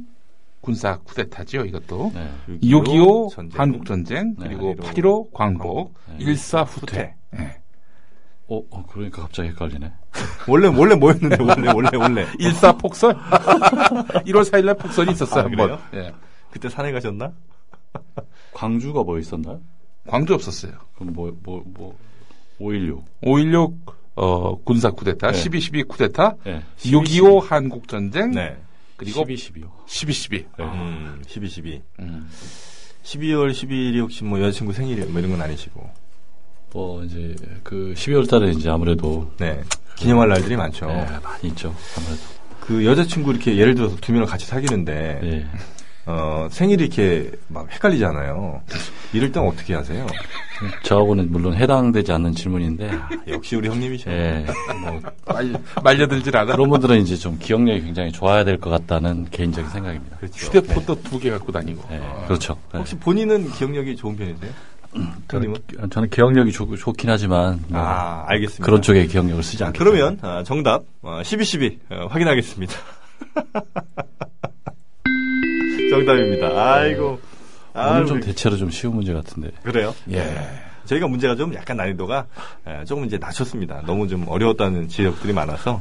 [SPEAKER 3] 군사 쿠데타지요, 이것도.
[SPEAKER 2] 네.
[SPEAKER 3] 6.25
[SPEAKER 1] 전쟁,
[SPEAKER 3] 한국전쟁,
[SPEAKER 2] 네,
[SPEAKER 3] 그리고
[SPEAKER 1] 8.15
[SPEAKER 3] 8.15 광복,
[SPEAKER 2] 네.
[SPEAKER 3] 1.4 후퇴.
[SPEAKER 1] 후퇴.
[SPEAKER 3] 예.
[SPEAKER 2] 어, 어, 그러니까 갑자기 헷갈리네.
[SPEAKER 1] 원래 원래 뭐였는데 원래 원래 원래
[SPEAKER 3] 1.4 폭설? 1월 4일날 폭설이 있었어요,
[SPEAKER 1] 아,
[SPEAKER 3] 한 번.
[SPEAKER 1] 그래요?
[SPEAKER 3] 예.
[SPEAKER 1] 그때 산에 가셨나?
[SPEAKER 2] 광주가 뭐 있었나요?
[SPEAKER 3] 광주 없었어요.
[SPEAKER 2] 그럼 뭐, 뭐, 뭐, 516.
[SPEAKER 3] 5.16 어, 군사 쿠데타,
[SPEAKER 2] 네.
[SPEAKER 3] 12.12 쿠데타,
[SPEAKER 2] 예.
[SPEAKER 3] 6.25 한국전쟁, 어.
[SPEAKER 1] 네.
[SPEAKER 3] 그리고
[SPEAKER 2] 12, 12요.
[SPEAKER 3] 12.12.
[SPEAKER 1] 음, 1212.
[SPEAKER 3] 음.
[SPEAKER 1] 12월 12일이 혹시 뭐 여자친구 생일이요? 뭐 이런 건 아니시고.
[SPEAKER 2] 뭐, 이제, 그, 12월 달에 이제 아무래도,
[SPEAKER 1] 네. 기념할 날들이 많죠.
[SPEAKER 3] 네.
[SPEAKER 2] 예, 많이 있죠. 아무래도.
[SPEAKER 1] 그 여자친구 이렇게 예를 들어서 두 명을 같이 사귀는데
[SPEAKER 3] 네.
[SPEAKER 2] 예.
[SPEAKER 1] 어, 생일이 이렇게 막 헷갈리잖아요. 이럴 땐 어떻게 하세요?
[SPEAKER 2] 저하고는 물론 해당되지 않는 질문인데,
[SPEAKER 1] 역시 우리 형님이셔.
[SPEAKER 3] 네.
[SPEAKER 2] 예. 뭐,
[SPEAKER 3] 말, 말려들질 않아.
[SPEAKER 2] 그런 분들은 이제 좀 기억력이 굉장히 좋아야 될 것 같다는 개인적인 생각입니다.
[SPEAKER 1] 그렇죠.
[SPEAKER 3] 휴대폰도 두 개 갖고 다니고.
[SPEAKER 2] 예, 그렇죠. 예.
[SPEAKER 1] 혹시 본인은 기억력이 좋은 편이세요? 형님은?
[SPEAKER 2] 저는 기억력이 좋, 좋긴 하지만, 뭐
[SPEAKER 1] 아, 알겠습니다.
[SPEAKER 2] 그런 쪽에 기억력을 쓰지
[SPEAKER 1] 자,
[SPEAKER 2] 않겠다.
[SPEAKER 1] 그러면 아, 정답 어, 1212 어, 확인하겠습니다. 정답입니다. 아이고.
[SPEAKER 2] 오늘 좀
[SPEAKER 1] 우리-
[SPEAKER 2] 대체로 좀 쉬운 문제 같은데.
[SPEAKER 1] 그래요?
[SPEAKER 3] 예.
[SPEAKER 1] 저희가 문제가 좀 약간 난이도가 에, 조금 이제 낮췄습니다. 너무 좀 어려웠다는 지적들이 많아서.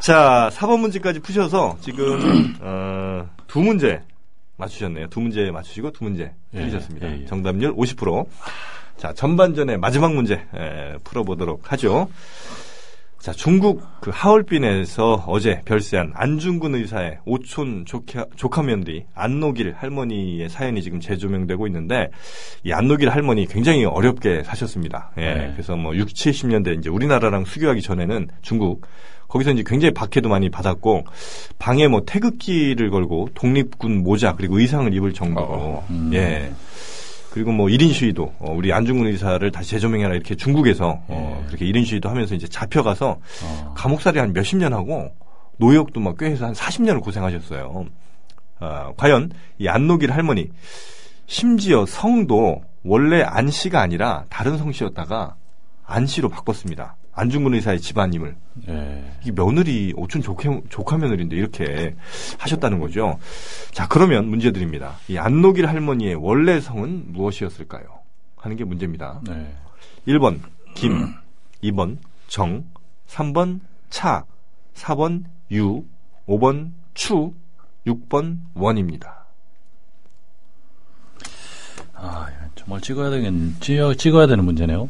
[SPEAKER 1] 자, 4번 문제까지 푸셔서 지금, 어, 두 문제 맞추셨네요. 두 문제 맞추시고 두 문제
[SPEAKER 2] 예,
[SPEAKER 1] 틀리셨습니다.
[SPEAKER 2] 예, 예.
[SPEAKER 1] 정답률 50%. 자, 전반전의 마지막 문제 에, 풀어보도록 하죠. 자, 중국 그 하얼빈에서 어제 별세한 안중근 의사의 오촌 조카, 조카면디 안노길 할머니의 사연이 지금 재조명되고 있는데 이 안노길 할머니 굉장히 어렵게 사셨습니다. 예.
[SPEAKER 2] 네.
[SPEAKER 1] 그래서 뭐 6, 70년대 이제 우리나라랑 수교하기 전에는 중국 거기서 이제 굉장히 박해도 많이 받았고 방에 뭐 태극기를 걸고 독립군 모자 그리고 의상을 입을 정도로
[SPEAKER 3] 어,
[SPEAKER 2] 음.
[SPEAKER 1] 예. 그리고 뭐 1인 시위도 어, 우리 안중근 의사를 다시 재조명해라 이렇게 중국에서 어,
[SPEAKER 2] 예.
[SPEAKER 1] 그렇게 1인 시위도 하면서 이제 잡혀가서
[SPEAKER 2] 어.
[SPEAKER 1] 감옥살이 한 몇십 년 하고 노역도 막 꽤 해서 한 40년을 고생하셨어요. 아, 과연 이 안노길 할머니 심지어 성도 원래 안씨가 아니라 다른 성씨였다가 안씨로 바꿨습니다. 안중근 의사의 집안임을
[SPEAKER 2] 예.
[SPEAKER 1] 이 며느리 오촌 조카, 조카 며느리인데 이렇게 하셨다는 거죠. 자 그러면 문제 드립니다. 이 안노길 할머니의 원래 성은 무엇이었을까요? 하는 게 문제입니다.
[SPEAKER 2] 네.
[SPEAKER 1] 1번 김, 2번 정, 3번 차, 4번 유, 5번 추, 6번 원입니다.
[SPEAKER 2] 아, 정말 찍어야 되긴 찍어, 찍어야 되는 문제네요.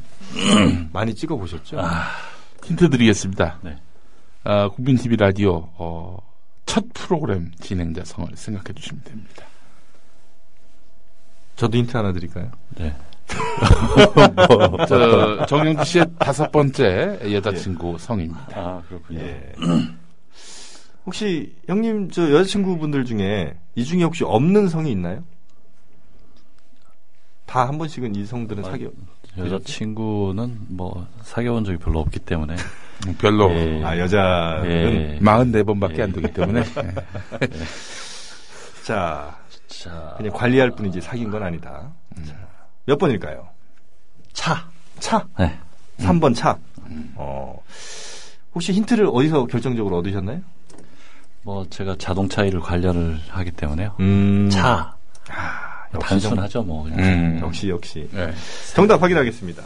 [SPEAKER 1] 많이 찍어 보셨죠?
[SPEAKER 3] 힌트 드리겠습니다.
[SPEAKER 2] 네.
[SPEAKER 3] 아, 국민TV 라디오 어, 첫 프로그램 진행자 성을 생각해 주시면 됩니다.
[SPEAKER 1] 저도 힌트 하나 드릴까요?
[SPEAKER 2] 네. 뭐.
[SPEAKER 3] 저, 정영주 씨의 다섯 번째 여자친구 성입니다.
[SPEAKER 2] 아, 그렇군요.
[SPEAKER 1] 예. 혹시 형님 저 여자친구분들 중에 이 중에 혹시 없는 성이 있나요? 다 한 번씩은 이 성들은 사귀어.
[SPEAKER 2] 여자친구는 뭐 사귀어본 적이 별로 없기 때문에
[SPEAKER 3] 별로
[SPEAKER 2] 예.
[SPEAKER 1] 아 여자는
[SPEAKER 2] 예.
[SPEAKER 3] 44번밖에 안 되기 때문에
[SPEAKER 1] 자
[SPEAKER 2] 자,
[SPEAKER 1] 그냥 관리할 뿐이지 사귄 건 아니다. 자, 몇 번일까요? 차 차.
[SPEAKER 2] 네.
[SPEAKER 1] 3번 차. 어, 혹시 힌트를 어디서 결정적으로 얻으셨나요?
[SPEAKER 2] 뭐 제가 자동차 일을 관련을 하기 때문에요.
[SPEAKER 1] 음.
[SPEAKER 2] 차
[SPEAKER 1] 아, 역시 정-
[SPEAKER 2] 단순하죠, 뭐 그냥.
[SPEAKER 3] 음.
[SPEAKER 1] 역시, 역시.
[SPEAKER 3] 네.
[SPEAKER 1] 정답 확인하겠습니다.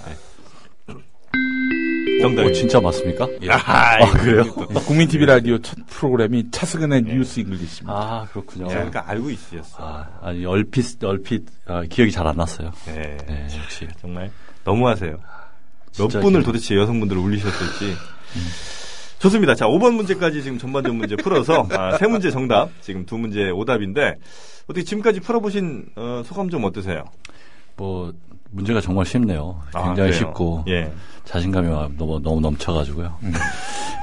[SPEAKER 1] 정답.
[SPEAKER 2] 어, 진짜 맞습니까?
[SPEAKER 1] 아, 그래요?
[SPEAKER 3] 네. 국민 TV 라디오 첫 프로그램이 차스근의 뉴스 잉글리시입니다.
[SPEAKER 2] 아, 그렇군요.
[SPEAKER 1] 그러니까 알고 있으셨어.
[SPEAKER 2] 아, 아니 얼핏 얼핏 아, 기억이 잘 안 났어요.
[SPEAKER 1] 네.
[SPEAKER 2] 네, 역시
[SPEAKER 1] 정말 너무하세요. 몇
[SPEAKER 2] 진짜
[SPEAKER 1] 분을
[SPEAKER 2] 기억-
[SPEAKER 1] 도대체 여성분들을 울리셨을지. 좋습니다. 자, 5번 문제까지 지금 전반전 문제 풀어서 아, 세 문제 정답, 지금 두 문제 오답인데 어떻게 지금까지 풀어보신 어, 소감 좀 어떠세요?
[SPEAKER 2] 뭐 문제가 정말 쉽네요.
[SPEAKER 1] 아,
[SPEAKER 2] 굉장히
[SPEAKER 1] 그래요?
[SPEAKER 2] 쉽고
[SPEAKER 1] 예. 음.
[SPEAKER 2] 자신감이 와- 너무 너무 넘쳐가지고요.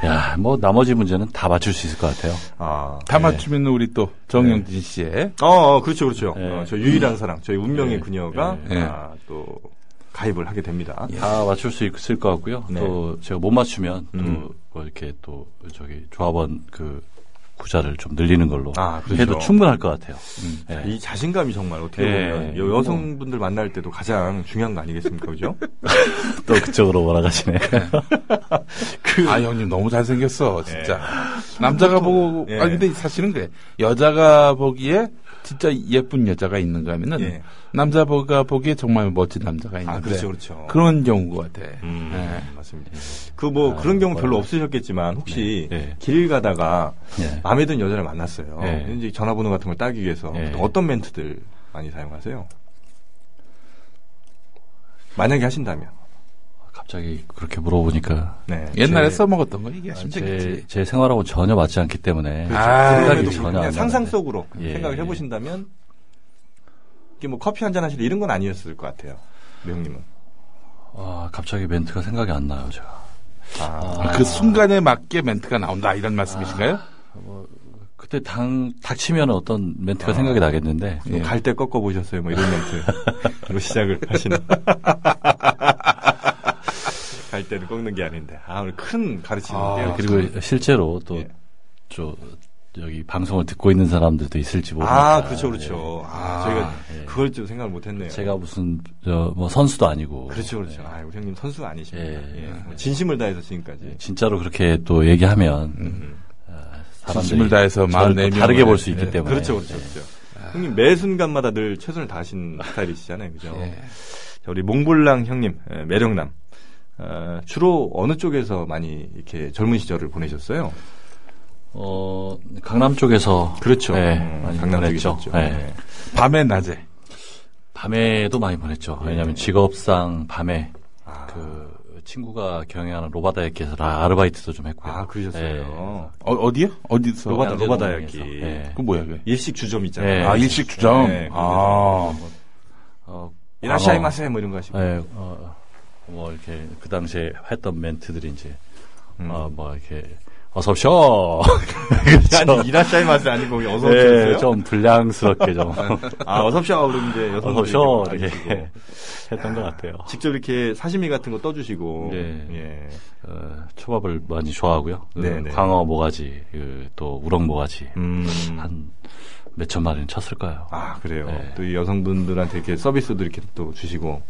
[SPEAKER 2] 야, 뭐 나머지 문제는 다 맞출 수 있을 것 같아요.
[SPEAKER 1] 아,
[SPEAKER 3] 다 맞추면 우리 또 정영진 씨의
[SPEAKER 1] 어, 어, 그렇죠, 그렇죠.
[SPEAKER 2] 예.
[SPEAKER 1] 어, 저 유일한 사랑, 저희 운명의
[SPEAKER 2] 예.
[SPEAKER 1] 그녀가
[SPEAKER 3] 예.
[SPEAKER 1] 아, 또 가입을 하게 됩니다.
[SPEAKER 2] 다 맞출 수 있을 것 같고요.
[SPEAKER 1] 네.
[SPEAKER 2] 또 제가 못 맞추면
[SPEAKER 1] 음.
[SPEAKER 2] 또뭐 이렇게 또 저기 조합원 그 구자를 좀 늘리는 걸로
[SPEAKER 1] 아, 그렇죠.
[SPEAKER 2] 해도 충분할 것 같아요. 예.
[SPEAKER 1] 이 자신감이 정말 어떻게
[SPEAKER 2] 예.
[SPEAKER 1] 보면 여- 여성분들 만날 때도 가장 중요한 거 아니겠습니까, 그죠?
[SPEAKER 2] 또 그쪽으로 몰아가시네.
[SPEAKER 3] 아 형님 너무 잘생겼어 진짜 남자가 보고
[SPEAKER 1] 예.
[SPEAKER 3] 아 근데 사실은 그래 여자가 보기에 진짜 예쁜 여자가 있는가 하면은
[SPEAKER 1] 예.
[SPEAKER 3] 남자가 보기에 정말 멋진 남자가 있는데
[SPEAKER 1] 아,
[SPEAKER 2] 네.
[SPEAKER 1] 그렇죠, 그렇죠.
[SPEAKER 3] 런 경우가 돼
[SPEAKER 1] 음,
[SPEAKER 3] 예.
[SPEAKER 1] 맞습니다. 그 뭐 그런 경우 별로
[SPEAKER 2] 뭐야.
[SPEAKER 1] 없으셨겠지만 혹시
[SPEAKER 2] 아, 네, 네.
[SPEAKER 1] 길 가다가
[SPEAKER 2] 예.
[SPEAKER 1] 마음에 든 여자를 만났어요.
[SPEAKER 2] 네.
[SPEAKER 1] 이제 전화번호 같은 걸 따기 위해서
[SPEAKER 2] 네.
[SPEAKER 1] 보통 어떤 멘트들 많이 사용하세요? 만약에 하신다면.
[SPEAKER 2] 갑자기 그렇게 물어보니까
[SPEAKER 1] 네.
[SPEAKER 3] 옛날에
[SPEAKER 2] 제- 아,
[SPEAKER 3] 써먹었던 거 얘기하시면
[SPEAKER 2] 제,
[SPEAKER 3] 되겠지
[SPEAKER 2] 제 생활하고 전혀 맞지 않기 때문에
[SPEAKER 3] 그렇죠. 아,
[SPEAKER 2] 생각이
[SPEAKER 1] 그럼에도
[SPEAKER 2] 전혀 안
[SPEAKER 1] 그냥
[SPEAKER 2] 나는데.
[SPEAKER 1] 상상 속으로
[SPEAKER 2] 예.
[SPEAKER 1] 생각을 해보신다면 이게 뭐 커피 한 잔 하실 이런 건 아니었을 것 같아요. 명님은.
[SPEAKER 2] 아, 갑자기 멘트가 생각이 안 나요, 제가.
[SPEAKER 1] 아,
[SPEAKER 3] 아, 그 순간에 맞게 멘트가 나온다 이런 말씀이신가요?
[SPEAKER 2] 그때 당 닥치면 어떤 멘트가 생각이 나겠는데
[SPEAKER 3] 예.
[SPEAKER 1] 갈 때 꺾어 보셨어요. 뭐 이런 멘트로 시작을 하시는. 갈 때는 꺾는 게 아닌데. 아, 오늘 큰 가르침인데요.
[SPEAKER 3] 아,
[SPEAKER 2] 그리고 실제로 또
[SPEAKER 1] 예.
[SPEAKER 2] 저, 여기 방송을 듣고 있는 사람들도 있을지 모르니까.
[SPEAKER 1] 아, 그렇죠, 그렇죠. 아, 저희가 그걸 좀 생각을 못 했네요.
[SPEAKER 2] 예. 제가 무슨 저, 뭐 선수도 아니고
[SPEAKER 1] 그렇죠, 그렇죠. 아, 우리 형님 선수 아니십니까?
[SPEAKER 2] 예.
[SPEAKER 1] 예. 뭐 진심을 다해서 지금까지.
[SPEAKER 2] 진짜로 그렇게 또 얘기하면
[SPEAKER 1] 음.
[SPEAKER 2] 아, 사람들이
[SPEAKER 3] 진심을 다해서
[SPEAKER 2] 저를 또
[SPEAKER 3] 44 명을-
[SPEAKER 2] 다르게 볼 수 있기
[SPEAKER 1] 예,
[SPEAKER 2] 때문에
[SPEAKER 1] 그렇죠, 그렇죠, 그렇죠. 형님 매 순간마다 늘 최선을 다하신 스타일이시잖아요, 그죠?
[SPEAKER 3] 예.
[SPEAKER 1] 자, 우리 몽블랑 형님, 예, 매력남. 어, 주로 어느 쪽에서 많이 이렇게 젊은 시절을 보내셨어요?
[SPEAKER 2] 어, 강남 쪽에서
[SPEAKER 1] 그렇죠.
[SPEAKER 2] 예,
[SPEAKER 1] 음,
[SPEAKER 2] 네, 많이
[SPEAKER 1] 강남
[SPEAKER 2] 보냈죠.
[SPEAKER 1] 쪽이셨죠.
[SPEAKER 2] 예.
[SPEAKER 1] 예.
[SPEAKER 3] 밤에 낮에.
[SPEAKER 2] 밤에도 많이 보냈죠.
[SPEAKER 1] 네.
[SPEAKER 2] 왜냐하면 직업상 밤에
[SPEAKER 1] 아.
[SPEAKER 2] 그 친구가 경영하는 로바다에게서 아르바이트도 좀 했고요. 네.
[SPEAKER 1] 아, 그러셨어요.
[SPEAKER 3] 어, 어디요? 어디서?
[SPEAKER 1] 로바다,
[SPEAKER 2] 양재동에서.
[SPEAKER 1] 로바다야끼.
[SPEAKER 2] 예.
[SPEAKER 3] 그 뭐야, 그게?
[SPEAKER 1] 일식 주점 있잖아요.
[SPEAKER 2] 예.
[SPEAKER 3] 아, 일식 주점?
[SPEAKER 1] 네,
[SPEAKER 3] 아,
[SPEAKER 2] 어,
[SPEAKER 1] 이라시아이
[SPEAKER 2] 과거-
[SPEAKER 1] 마세 뭐 이런 거 하시고.
[SPEAKER 2] 예, 어, 뭐 이렇게 그 당시에 했던 멘트들이 이제
[SPEAKER 1] 음.
[SPEAKER 2] 어, 뭐 이렇게 어서 오쇼. 그렇죠.
[SPEAKER 1] 아니 이라시아이 마세 아니고 어서 오셨어요?
[SPEAKER 2] 예, 좀 불량스럽게 좀
[SPEAKER 1] 아 어섭쇼 그럼 이제
[SPEAKER 2] 어서 예.
[SPEAKER 1] 여성분들이
[SPEAKER 2] 오쇼
[SPEAKER 1] 많이
[SPEAKER 2] 이렇게
[SPEAKER 1] 드시고.
[SPEAKER 2] 했던 것 같아요.
[SPEAKER 1] 직접 이렇게 사시미 같은 거 떠주시고.
[SPEAKER 2] 예.
[SPEAKER 1] 예.
[SPEAKER 2] 어, 초밥을 많이 좋아하고요. 그
[SPEAKER 1] 네네.
[SPEAKER 2] 광어 모가지, 그, 또 우럭 모가지
[SPEAKER 1] 음.
[SPEAKER 2] 한 몇 천 마리는 쳤을 거예요.
[SPEAKER 1] 아 그래요.
[SPEAKER 2] 네.
[SPEAKER 1] 또 이 여성분들한테 이렇게 서비스도 이렇게 또 주시고.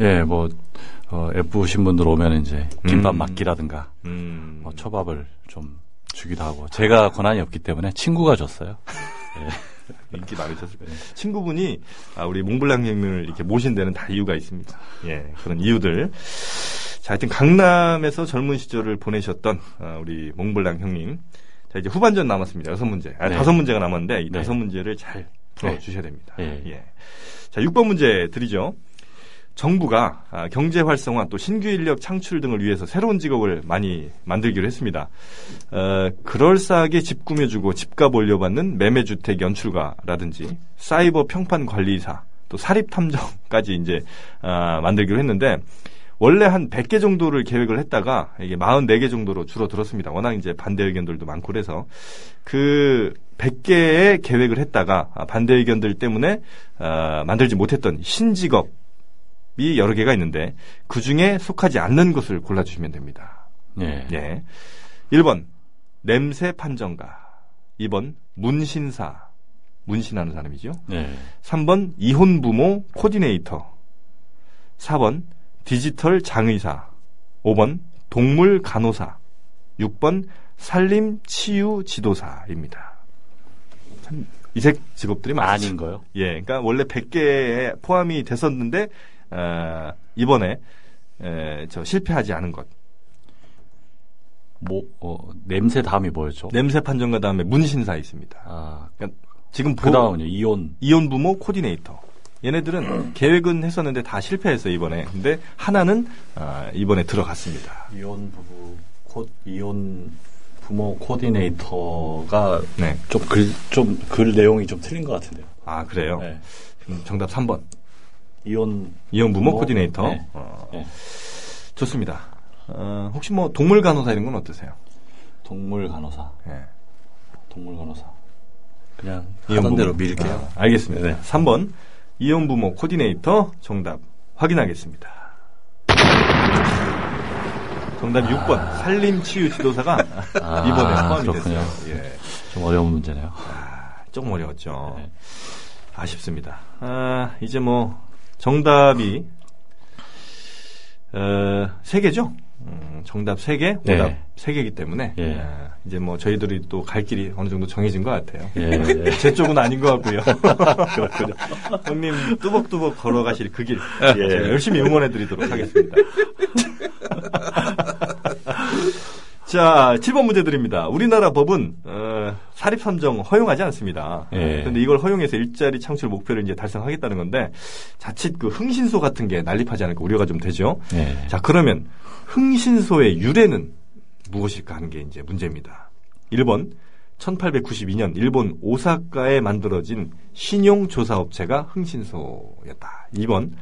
[SPEAKER 2] 예, 뭐 어, 예쁘신 분들 오면 이제 김밥
[SPEAKER 1] 음.
[SPEAKER 2] 맡기라든가
[SPEAKER 1] 음.
[SPEAKER 2] 뭐 초밥을 좀 주기도 하고 제가 권한이 없기 때문에 친구가 줬어요.
[SPEAKER 1] 인기 많으셨을 거예요. 친구분이 아, 우리 몽블랑 형님을 이렇게 모신 데는 다 이유가 있습니다. 예, 그런 이유들. 자, 하여튼 강남에서 젊은 시절을 보내셨던 아, 우리 몽블랑 형님. 자, 이제 후반전 남았습니다. 여섯 문제. 아,
[SPEAKER 2] 네.
[SPEAKER 1] 다섯 문제가 남았는데 이
[SPEAKER 2] 네.
[SPEAKER 1] 다섯 문제를 잘 풀어주셔야 됩니다.
[SPEAKER 2] 네.
[SPEAKER 1] 예. 자, 6번 문제 드리죠. 정부가 아, 경제 활성화 또 신규 인력 창출 등을 위해서 새로운 직업을 많이 만들기로 했습니다. 어, 그럴싸하게 집 꾸며주고 집값 올려받는 매매주택 연출가라든지 사이버 평판 관리사 또 사립 탐정까지 이제 아, 만들기로 했는데 원래 한 100개 정도를 계획을 했다가 이게 44개 정도로 줄어들었습니다. 워낙 이제 반대 의견들도 많고 그래서 그 100개의 계획을 했다가 아, 반대 의견들 때문에 아, 만들지 못했던 신직업 이 여러 개가 있는데 그 중에 속하지 않는 것을 골라주시면 됩니다.
[SPEAKER 2] 예.
[SPEAKER 1] 예. 1번 냄새 판정가 2번 문신사 문신하는 사람이죠.
[SPEAKER 2] 예.
[SPEAKER 1] 3번 이혼 부모 코디네이터 4번 디지털 장의사 5번 동물 간호사 6번 산림 치유 지도사입니다. 참 이색 직업들이 많죠.
[SPEAKER 2] 아닌 거요?
[SPEAKER 1] 예, 그러니까 원래 100개에 포함이 됐었는데 어, 이번에 에, 저 실패하지 않은 것.
[SPEAKER 2] 뭐 어, 냄새 다음이 뭐였죠?
[SPEAKER 1] 냄새 판정가 다음에 문신사 있습니다.
[SPEAKER 2] 아,
[SPEAKER 1] 그러니까 지금 보,
[SPEAKER 2] 그 다음은요 이온.
[SPEAKER 1] 이혼 부모 코디네이터. 얘네들은 계획은 했었는데 다 실패했어 요 이번에. 근데 하나는 아, 이번에 들어갔습니다.
[SPEAKER 2] 이혼 부부 코 이혼 부모 코디네이터가
[SPEAKER 1] 네.
[SPEAKER 2] 좀 글 좀 글 내용이 좀 틀린 것 같은데요.
[SPEAKER 1] 아 그래요.
[SPEAKER 2] 네.
[SPEAKER 1] 음, 정답 3번.
[SPEAKER 2] 이혼
[SPEAKER 1] 이혼 부모
[SPEAKER 2] 부모?
[SPEAKER 1] 코디네이터.
[SPEAKER 2] 네.
[SPEAKER 1] 어,
[SPEAKER 2] 예.
[SPEAKER 1] 좋습니다. 어, 혹시 뭐 동물 간호사 이런 건 어떠세요?
[SPEAKER 2] 동물 간호사
[SPEAKER 1] 예.
[SPEAKER 2] 동물 간호사 그냥
[SPEAKER 1] 이혼
[SPEAKER 2] 하던
[SPEAKER 1] 부모.
[SPEAKER 2] 대로 밀게요.
[SPEAKER 1] 아, 알겠습니다.
[SPEAKER 2] 네.
[SPEAKER 1] 3번 이혼 부모 코디네이터 정답 확인하겠습니다. 정답 6번 산림 치유 지도사가
[SPEAKER 2] 아,
[SPEAKER 1] 이번에 포함이
[SPEAKER 2] 그렇군요.
[SPEAKER 1] 됐어요. 예.
[SPEAKER 2] 좀 어려운 문제네요.
[SPEAKER 1] 조금 어려웠죠.
[SPEAKER 2] 네.
[SPEAKER 1] 아쉽습니다. 아, 이제 뭐 정답이 어, 세 개죠? 음, 정답 세 개,
[SPEAKER 2] 네.
[SPEAKER 1] 오답 세 개이기 때문에
[SPEAKER 2] 예.
[SPEAKER 1] 아, 이제 뭐 저희들이 또 갈 길이 어느 정도 정해진 것 같아요.
[SPEAKER 2] 예, 예.
[SPEAKER 1] 제 쪽은 아닌 것 같고요. 그렇군요. 형님 뚜벅뚜벅 걸어가실 그 길.
[SPEAKER 2] 예.
[SPEAKER 1] 제가 열심히 응원해드리도록 하겠습니다. 자, 7번 문제 드립니다. 우리나라 법은 어, 사립삼정 허용하지 않습니다.
[SPEAKER 2] 예.
[SPEAKER 1] 그런데 이걸 허용해서 일자리 창출 목표를 이제 달성하겠다는 건데 자칫 그 흥신소 같은 게 난립하지 않을까 우려가 좀 되죠.
[SPEAKER 2] 예.
[SPEAKER 1] 자, 그러면 흥신소의 유래는 무엇일까 하는 게 이제 문제입니다. 1번 1892년 일본 오사카에 만들어진 신용조사업체가 흥신소였다. 2번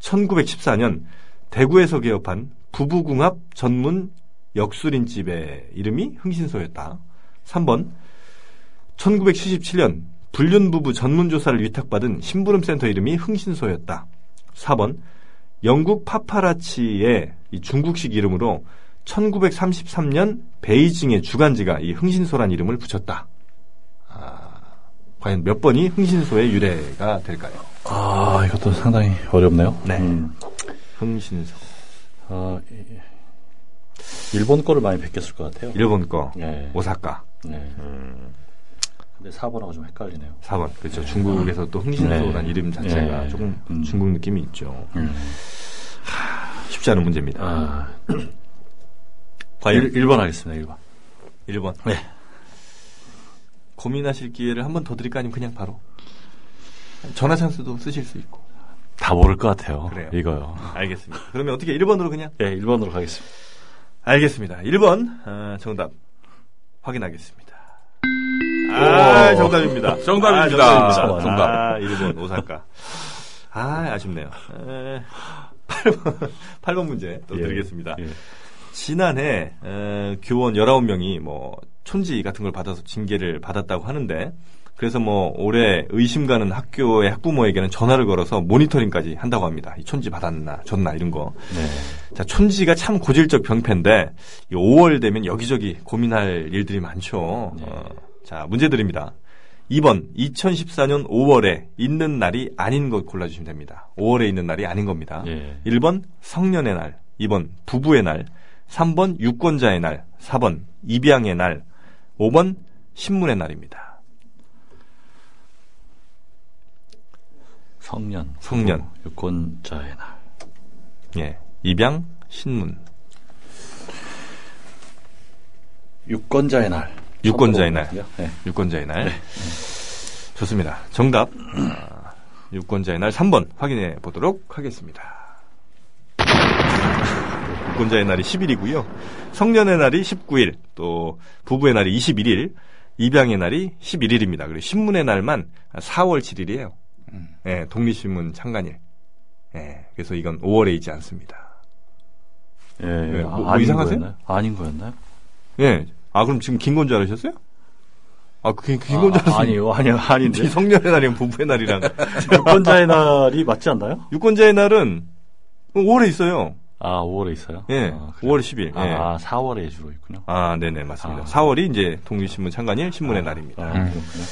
[SPEAKER 1] 1914년 대구에서 개업한 부부궁합 전문 역술인집의 이름이 흥신소였다. 3번 1977년 불륜부부 전문조사를 위탁받은 심부름센터 이름이 흥신소였다. 4번 영국 파파라치의 이 중국식 이름으로 1933년 베이징의 주간지가 이 흥신소란 이름을 붙였다. 아, 과연 몇 번이 흥신소의 유래가 될까요?
[SPEAKER 2] 아 이것도 상당히 어렵네요.
[SPEAKER 1] 네.
[SPEAKER 2] 음,
[SPEAKER 1] 흥신소.
[SPEAKER 2] 아, 이- 일본 거를 많이 뵙겠을 것 같아요.
[SPEAKER 1] 일본 거.
[SPEAKER 2] 예.
[SPEAKER 1] 오사카.
[SPEAKER 2] 네. 근데 4번하고 좀 헷갈리네요.
[SPEAKER 1] 4번. 그렇죠. 중국에서 또 흥신소란
[SPEAKER 2] 네.
[SPEAKER 1] 이름 자체가
[SPEAKER 2] 네.
[SPEAKER 1] 조금
[SPEAKER 2] 음.
[SPEAKER 1] 중국 느낌이 있죠. 쉽지 않은 문제입니다.
[SPEAKER 2] 아,
[SPEAKER 1] 과연
[SPEAKER 2] 1, 번 하겠습니다, 1번.
[SPEAKER 1] 1번.
[SPEAKER 2] 네.
[SPEAKER 1] 고민하실 기회를 한 번 더 드릴까 아니면 그냥 바로? 전화 찬스도 쓰실 수 있고.
[SPEAKER 2] 다 모를 것 같아요.
[SPEAKER 1] 그래요.
[SPEAKER 2] 이거요.
[SPEAKER 1] 알겠습니다. 그러면 어떻게 1번으로 그냥?
[SPEAKER 2] 예, 1번으로 가겠습니다.
[SPEAKER 1] 알겠습니다. 1번 아, 정답 확인하겠습니다. 아,
[SPEAKER 3] 오.
[SPEAKER 1] 정답입니다.
[SPEAKER 3] 정답입니다.
[SPEAKER 1] 아, 정답입니다.
[SPEAKER 3] 정답.
[SPEAKER 1] 아, 1번 오사카. 아, 아쉽네요. 에, 8번, 8번 문제 또
[SPEAKER 2] 예.
[SPEAKER 1] 드리겠습니다.
[SPEAKER 2] 예.
[SPEAKER 1] 지난해 에, 교원 19명이 뭐 촌지 같은 걸 받아서 징계를 받았다고 하는데 그래서 뭐 올해 의심 가는 학교의 학부모에게는 전화를 걸어서 모니터링까지 한다고 합니다. 이 촌지 받았나 줬나 이런 거.
[SPEAKER 2] 네.
[SPEAKER 1] 자, 촌지가 참 고질적 병폐인데 이 5월 되면 여기저기 고민할 일들이 많죠.
[SPEAKER 2] 네.
[SPEAKER 1] 어, 자, 문제 드립니다. 2번 2014년 5월에 있는 날이 아닌 것 골라주시면 됩니다. 5월에 있는 날이 아닌 겁니다.
[SPEAKER 2] 예.
[SPEAKER 1] 1번 성년의 날, 2번 부부의 날, 3번 유권자의 날, 4번 입양의 날, 5번 신문의 날입니다.
[SPEAKER 2] 성년.
[SPEAKER 1] 성년.
[SPEAKER 2] 유권자의 날.
[SPEAKER 1] 예. 입양, 신문.
[SPEAKER 2] 유권자의 날.
[SPEAKER 1] 유권자의 날.
[SPEAKER 2] 네.
[SPEAKER 1] 유권자의 날. 좋습니다. 정답. 아, 유권자의 날 3번 확인해 보도록 하겠습니다. 유권자의 날이 10일이고요. 성년의 날이 19일, 또 부부의 날이 21일, 입양의 날이 11일입니다. 그리고 신문의 날만 4월 7일이에요.
[SPEAKER 3] 음.
[SPEAKER 1] 예, 독립신문 창간일. 예, 그래서 이건 5월에 있지 않습니다.
[SPEAKER 2] 예,
[SPEAKER 1] 네,
[SPEAKER 2] 예.
[SPEAKER 1] 뭐- 뭐
[SPEAKER 2] 아닌
[SPEAKER 1] 이상하세요?
[SPEAKER 2] 거였나요? 아닌 거였나요?
[SPEAKER 1] 예. 아, 그럼 지금 긴 건 줄 알으셨어요? 아, 긴 건 줄
[SPEAKER 2] 아,
[SPEAKER 1] 알았어요.
[SPEAKER 2] 아니요, 아니요, 아닌데.
[SPEAKER 1] 이 성년의 날이랑 부부의 날이랑
[SPEAKER 2] 유권자의 날이 맞지 않나요?
[SPEAKER 1] 유권자의 날은 5월에 있어요.
[SPEAKER 2] 아, 5월에 있어요?
[SPEAKER 1] 예,
[SPEAKER 2] 아, 그래요?
[SPEAKER 1] 5월 10일.
[SPEAKER 2] 아,
[SPEAKER 1] 예.
[SPEAKER 2] 아, 4월에 주로 있군요.
[SPEAKER 1] 아, 네네 맞습니다.
[SPEAKER 2] 아.
[SPEAKER 1] 4월이 이제 독립신문 창간일 신문의 날입니다.
[SPEAKER 2] 아,
[SPEAKER 3] 음.
[SPEAKER 2] 그렇군요.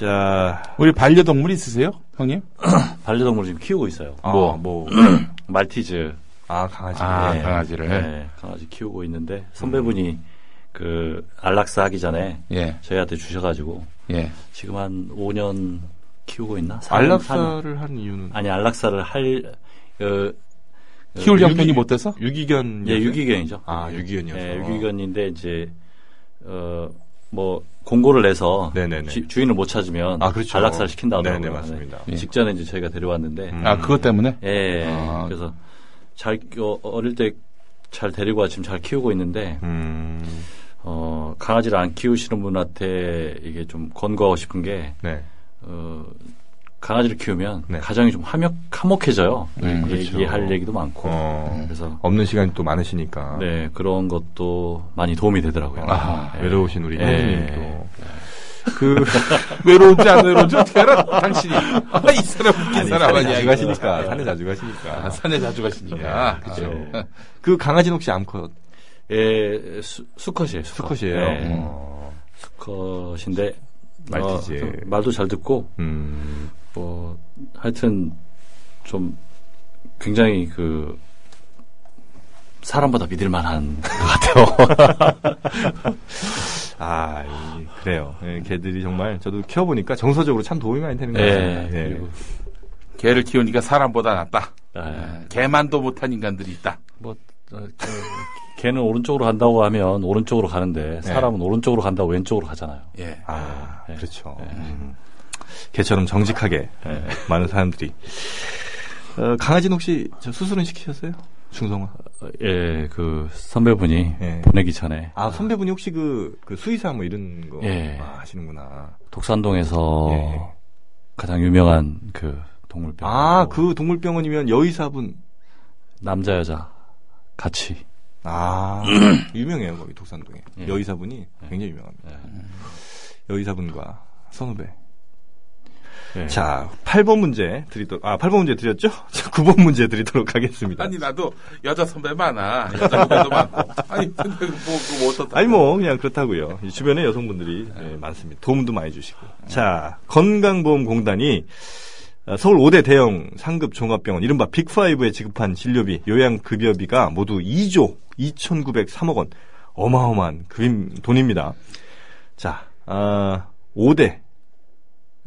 [SPEAKER 1] 자,
[SPEAKER 3] 우리 반려동물 있으세요, 형님?
[SPEAKER 2] 예. 반려동물 지금 키우고 있어요.
[SPEAKER 1] 아,
[SPEAKER 3] 뭐?
[SPEAKER 1] 뭐,
[SPEAKER 2] 말티즈.
[SPEAKER 1] 아 강아지.
[SPEAKER 3] 아,
[SPEAKER 2] 예.
[SPEAKER 3] 강아지를.
[SPEAKER 2] 예, 강아지 키우고 있는데 선배분이
[SPEAKER 1] 음.
[SPEAKER 2] 그 안락사 하기 전에
[SPEAKER 3] 예,
[SPEAKER 2] 저희한테 주셔가지고
[SPEAKER 3] 예.
[SPEAKER 2] 지금 한 5년 키우고 있나? 사- 사-
[SPEAKER 1] 안락사를 한 이유는
[SPEAKER 2] 아니 안락사를 할 어,
[SPEAKER 3] 키울
[SPEAKER 1] 유기-
[SPEAKER 3] 형편이 못 돼서?
[SPEAKER 1] 유기견.
[SPEAKER 2] 예, 유기견이죠.
[SPEAKER 1] 아, 유기견이어서.
[SPEAKER 2] 예, 유기견인데 이제 어 뭐 공고를 내서
[SPEAKER 1] 네네네.
[SPEAKER 2] 주, 인을못 찾으면
[SPEAKER 1] 아, 그렇죠.
[SPEAKER 2] 안락사를 시킨다더라고요.
[SPEAKER 1] 네네 맞습니다.
[SPEAKER 3] 예.
[SPEAKER 2] 직전에 이제 저희가 데려왔는데
[SPEAKER 1] 음.
[SPEAKER 3] 아, 그것 때문에?
[SPEAKER 2] 예.
[SPEAKER 3] 아.
[SPEAKER 2] 그래서 잘 어, 어릴 때 잘 데리고 와 지금 잘 키우고 있는데
[SPEAKER 1] 음,
[SPEAKER 2] 어 강아지를 안 키우시는 분한테 이게 좀 권고하고 싶은 게
[SPEAKER 1] 네.
[SPEAKER 2] 어, 강아지를 키우면
[SPEAKER 1] 네.
[SPEAKER 2] 가정이 좀 화목, 화목해져요.
[SPEAKER 3] 음,
[SPEAKER 1] 그렇죠.
[SPEAKER 2] 얘기할 얘기도 많고.
[SPEAKER 1] 어,
[SPEAKER 2] 그래서
[SPEAKER 1] 없는 시간이 또 많으시니까.
[SPEAKER 2] 네 그런 것도 많이 도움이 되더라고요.
[SPEAKER 1] 아,
[SPEAKER 2] 예.
[SPEAKER 1] 외로우신 우리
[SPEAKER 2] 예.
[SPEAKER 1] 형님 또. 그
[SPEAKER 3] 외로운지 안 외로운지 어떻게 알아? 당신이. 아, 이 사람 웃긴
[SPEAKER 1] 아니,
[SPEAKER 3] 사람
[SPEAKER 1] 산에
[SPEAKER 3] 아니야.
[SPEAKER 1] 자주
[SPEAKER 3] 이거.
[SPEAKER 1] 가시니까 산에 자주 가시니까.
[SPEAKER 3] 아, 산에 자주 가시니까.
[SPEAKER 1] 예,
[SPEAKER 3] 그죠.
[SPEAKER 2] 예.
[SPEAKER 1] 그 강아지는 혹시 암컷
[SPEAKER 2] 예, 수, 수컷이에요. 수컷.
[SPEAKER 1] 수컷이에요?
[SPEAKER 2] 예,
[SPEAKER 1] 어.
[SPEAKER 2] 수컷인데
[SPEAKER 1] 말티즈.
[SPEAKER 2] 어, 좀 말도 잘 듣고
[SPEAKER 1] 음.
[SPEAKER 2] 뭐 하여튼 좀 굉장히 그 사람보다 믿을만한
[SPEAKER 1] 아 이- 그래요. 예, 개들이 정말 저도 키워보니까 정서적으로 참 도움이 많이 되는 것
[SPEAKER 2] 예,
[SPEAKER 1] 같습니다. 예.
[SPEAKER 2] 그리고
[SPEAKER 3] 아. 개를 키우니까 사람보다 낫다.
[SPEAKER 1] 아,
[SPEAKER 2] 예,
[SPEAKER 3] 개만도 못한 인간들이 있다.
[SPEAKER 2] 뭐 어, 저, 걔는 오른쪽으로 간다고 하면 오른쪽으로
[SPEAKER 1] 네.
[SPEAKER 2] 가는데 사람은 오른쪽으로 간다고 왼쪽으로 가잖아요.
[SPEAKER 3] 예.
[SPEAKER 1] 아
[SPEAKER 2] 예.
[SPEAKER 1] 그렇죠. 음. 개처럼 정직하게 예, 많은 사람들이. 어, 강아지는 혹시 저 수술은 시키셨어요? 중성화.
[SPEAKER 2] 어, 예, 그 선배분이
[SPEAKER 1] 예.
[SPEAKER 2] 보내기 전에
[SPEAKER 1] 아 선배분이 혹시 그, 그 수의사 뭐 이런 거
[SPEAKER 2] 예.
[SPEAKER 1] 아, 하시는구나.
[SPEAKER 2] 독산동에서
[SPEAKER 1] 예.
[SPEAKER 2] 가장 유명한 그 동물병
[SPEAKER 1] 아 그 동물병원이면 여의사분
[SPEAKER 2] 남자 여자 같이
[SPEAKER 1] 아 유명해요 거기 독산동에
[SPEAKER 2] 예.
[SPEAKER 1] 여의사분이 굉장히 유명합니다. 여의사분과 선후배.
[SPEAKER 2] 예.
[SPEAKER 1] 자, 8번 문제 드리도록, 아, 8번 문제 드렸죠? 자, 9번 문제 드리도록 하겠습니다.
[SPEAKER 3] 아니, 나도 여자 선배 많아. 여자 후배도 많고. 아니, 근데 예. 뭐, 그거 어떻다.
[SPEAKER 1] 아니, 뭐, 그냥 그렇다고요. 이 주변에 여성분들이
[SPEAKER 3] 아.
[SPEAKER 1] 예, 많습니다. 도움도 많이 주시고. 자, 건강보험공단이 어, 서울 5대 대형 상급 종합병원, 이른바 빅5에 지급한 진료비, 요양급여비가 모두 2조 2,903억 원. 어마어마한 그림, 돈입니다. 자, 아, 5대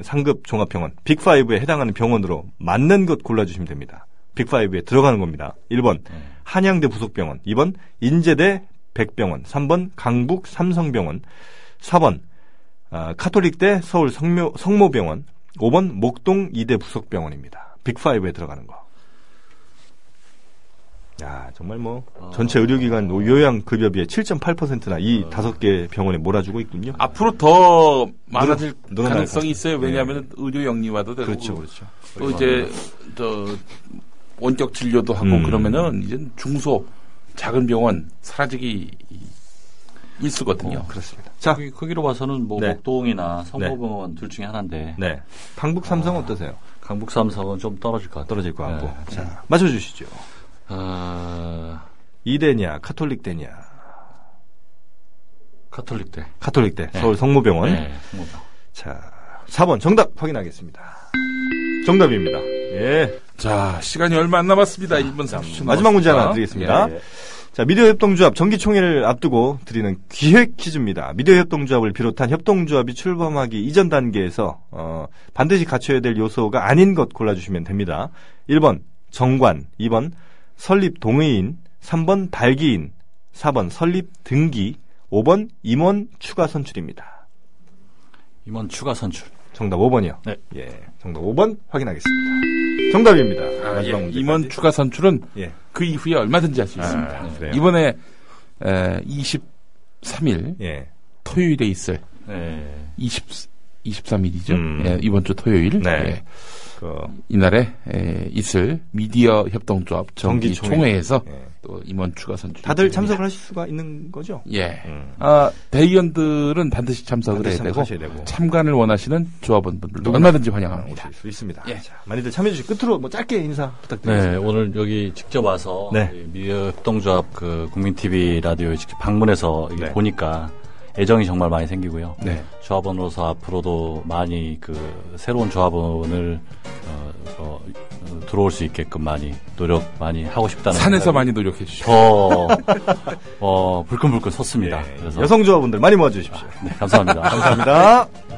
[SPEAKER 1] 상급 종합병원, 빅5에 해당하는 병원으로 맞는 것 골라주시면 됩니다. 빅5에 들어가는 겁니다. 1번, 한양대 부속병원, 2번, 인제대 백병원, 3번, 강북 삼성병원, 4번, 아, 카톨릭대 서울 성묘, 성모병원, 5번 목동 이대 부석병원입니다. 빅5에 들어가는 거. 야, 정말 뭐
[SPEAKER 3] 아.
[SPEAKER 1] 전체 의료기관 요양 급여비의 7.8%나 이 다섯 개 병원에 몰아주고 있군요.
[SPEAKER 3] 앞으로 더 많아질 예.
[SPEAKER 1] 늘어날
[SPEAKER 3] 가능성이
[SPEAKER 1] 것
[SPEAKER 3] 있어요. 왜냐하면 의료 영리화도 되고
[SPEAKER 1] 그렇죠, 그렇죠.
[SPEAKER 3] 또 이제 저 원격 진료도 하고
[SPEAKER 1] 음.
[SPEAKER 3] 그러면은 이제 중소 작은 병원 사라지기 일수거든요.
[SPEAKER 1] 어, 그렇습니다. 자,
[SPEAKER 2] 크기, 크기로 봐서는 뭐
[SPEAKER 1] 아. 네.
[SPEAKER 2] 목동이나 성모병원 둘 중에 하나인데
[SPEAKER 1] 네. 강북 삼성 어떠세요?
[SPEAKER 2] 강북 삼성은 좀 떨어질 것 같아요.
[SPEAKER 1] 떨어질 것 같고.
[SPEAKER 2] 네.
[SPEAKER 1] 자, 맞춰주시죠.
[SPEAKER 2] 아,
[SPEAKER 1] 이대냐, 카톨릭대냐.
[SPEAKER 2] 카톨릭대.
[SPEAKER 1] 카톨릭대,
[SPEAKER 2] 네.
[SPEAKER 1] 서울 성모병원.
[SPEAKER 2] 네, 성모병.
[SPEAKER 1] 자, 4번 정답 확인하겠습니다. 정답입니다. 예.
[SPEAKER 3] 자 시간이 얼마 안 남았습니다. 1분 30초.
[SPEAKER 1] 마지막 문제 하나
[SPEAKER 3] 예.
[SPEAKER 1] 드리겠습니다. 자, 미디어협동조합 정기총회를 앞두고 드리는 기획 퀴즈입니다. 미디어협동조합을 비롯한 협동조합이 출범하기 이전 단계에서 어, 반드시 갖춰야 될 요소가 아닌 것 골라주시면 됩니다. 1번 정관, 2번 설립 동의인, 3번 발기인, 4번 설립 등기, 5번 임원 추가 선출입니다.
[SPEAKER 2] 임원 추가 선출.
[SPEAKER 1] 정답 5번이요.
[SPEAKER 2] 네.
[SPEAKER 1] 예, 정답 5번 확인하겠습니다. 정답입니다.
[SPEAKER 3] 아,
[SPEAKER 1] 마지막
[SPEAKER 3] 예.
[SPEAKER 1] 문제.
[SPEAKER 3] 임원 추가 선출은
[SPEAKER 1] 예. 아, 네.
[SPEAKER 3] 그 이후에 얼마든지 할 수 있습니다.
[SPEAKER 1] 그래요.
[SPEAKER 3] 이번에 에, 23일
[SPEAKER 1] 예.
[SPEAKER 3] 토요일에 있을
[SPEAKER 2] 네.
[SPEAKER 3] 20 23일이죠. 예,
[SPEAKER 1] 음.
[SPEAKER 3] 이번 주 토요일
[SPEAKER 1] 네.
[SPEAKER 3] 예.
[SPEAKER 1] 그,
[SPEAKER 3] 이날에 에, 있을 미디어 협동조합
[SPEAKER 1] 정기총회.
[SPEAKER 3] 정기총회에서
[SPEAKER 1] 예.
[SPEAKER 3] 또 임원 추가 선출.
[SPEAKER 1] 다들 참석을 하실 수가 있는 거죠?
[SPEAKER 3] 예.
[SPEAKER 1] 음.
[SPEAKER 3] 아, 대의원들은 반드시 참석을
[SPEAKER 1] 반드시
[SPEAKER 3] 해야 되고
[SPEAKER 1] 참석하셔야 네, 되고.
[SPEAKER 3] 참관을 원하시는 조합원분들도 얼마든지 환영합니다.
[SPEAKER 1] 오실 수 있습니다.
[SPEAKER 3] 예.
[SPEAKER 1] 자, 많이들 참여해주시고 끝으로 뭐 짧게 인사 부탁드리겠습니다.
[SPEAKER 2] 네, 오늘 여기 직접 와서
[SPEAKER 1] 네.
[SPEAKER 2] 이 미협동조합 그 국민 TV 라디오에 직접 방문해서 이게
[SPEAKER 1] 네.
[SPEAKER 2] 보니까 애정이 정말 많이 생기고요.
[SPEAKER 3] 네.
[SPEAKER 2] 조합원으로서 앞으로도 많이 그 새로운 조합원을 어, 어, 어, 들어올 수 있게끔 많이 노력 많이 하고 싶다는
[SPEAKER 3] 산에서
[SPEAKER 2] 생각이
[SPEAKER 3] 많이 노력해 주시고
[SPEAKER 2] 더 어, 불끈불끈 섰습니다.
[SPEAKER 1] 예.
[SPEAKER 2] 그래서
[SPEAKER 1] 여성조합분들 많이 모아주십시오.
[SPEAKER 2] 네, 감사합니다.
[SPEAKER 1] 감사합니다.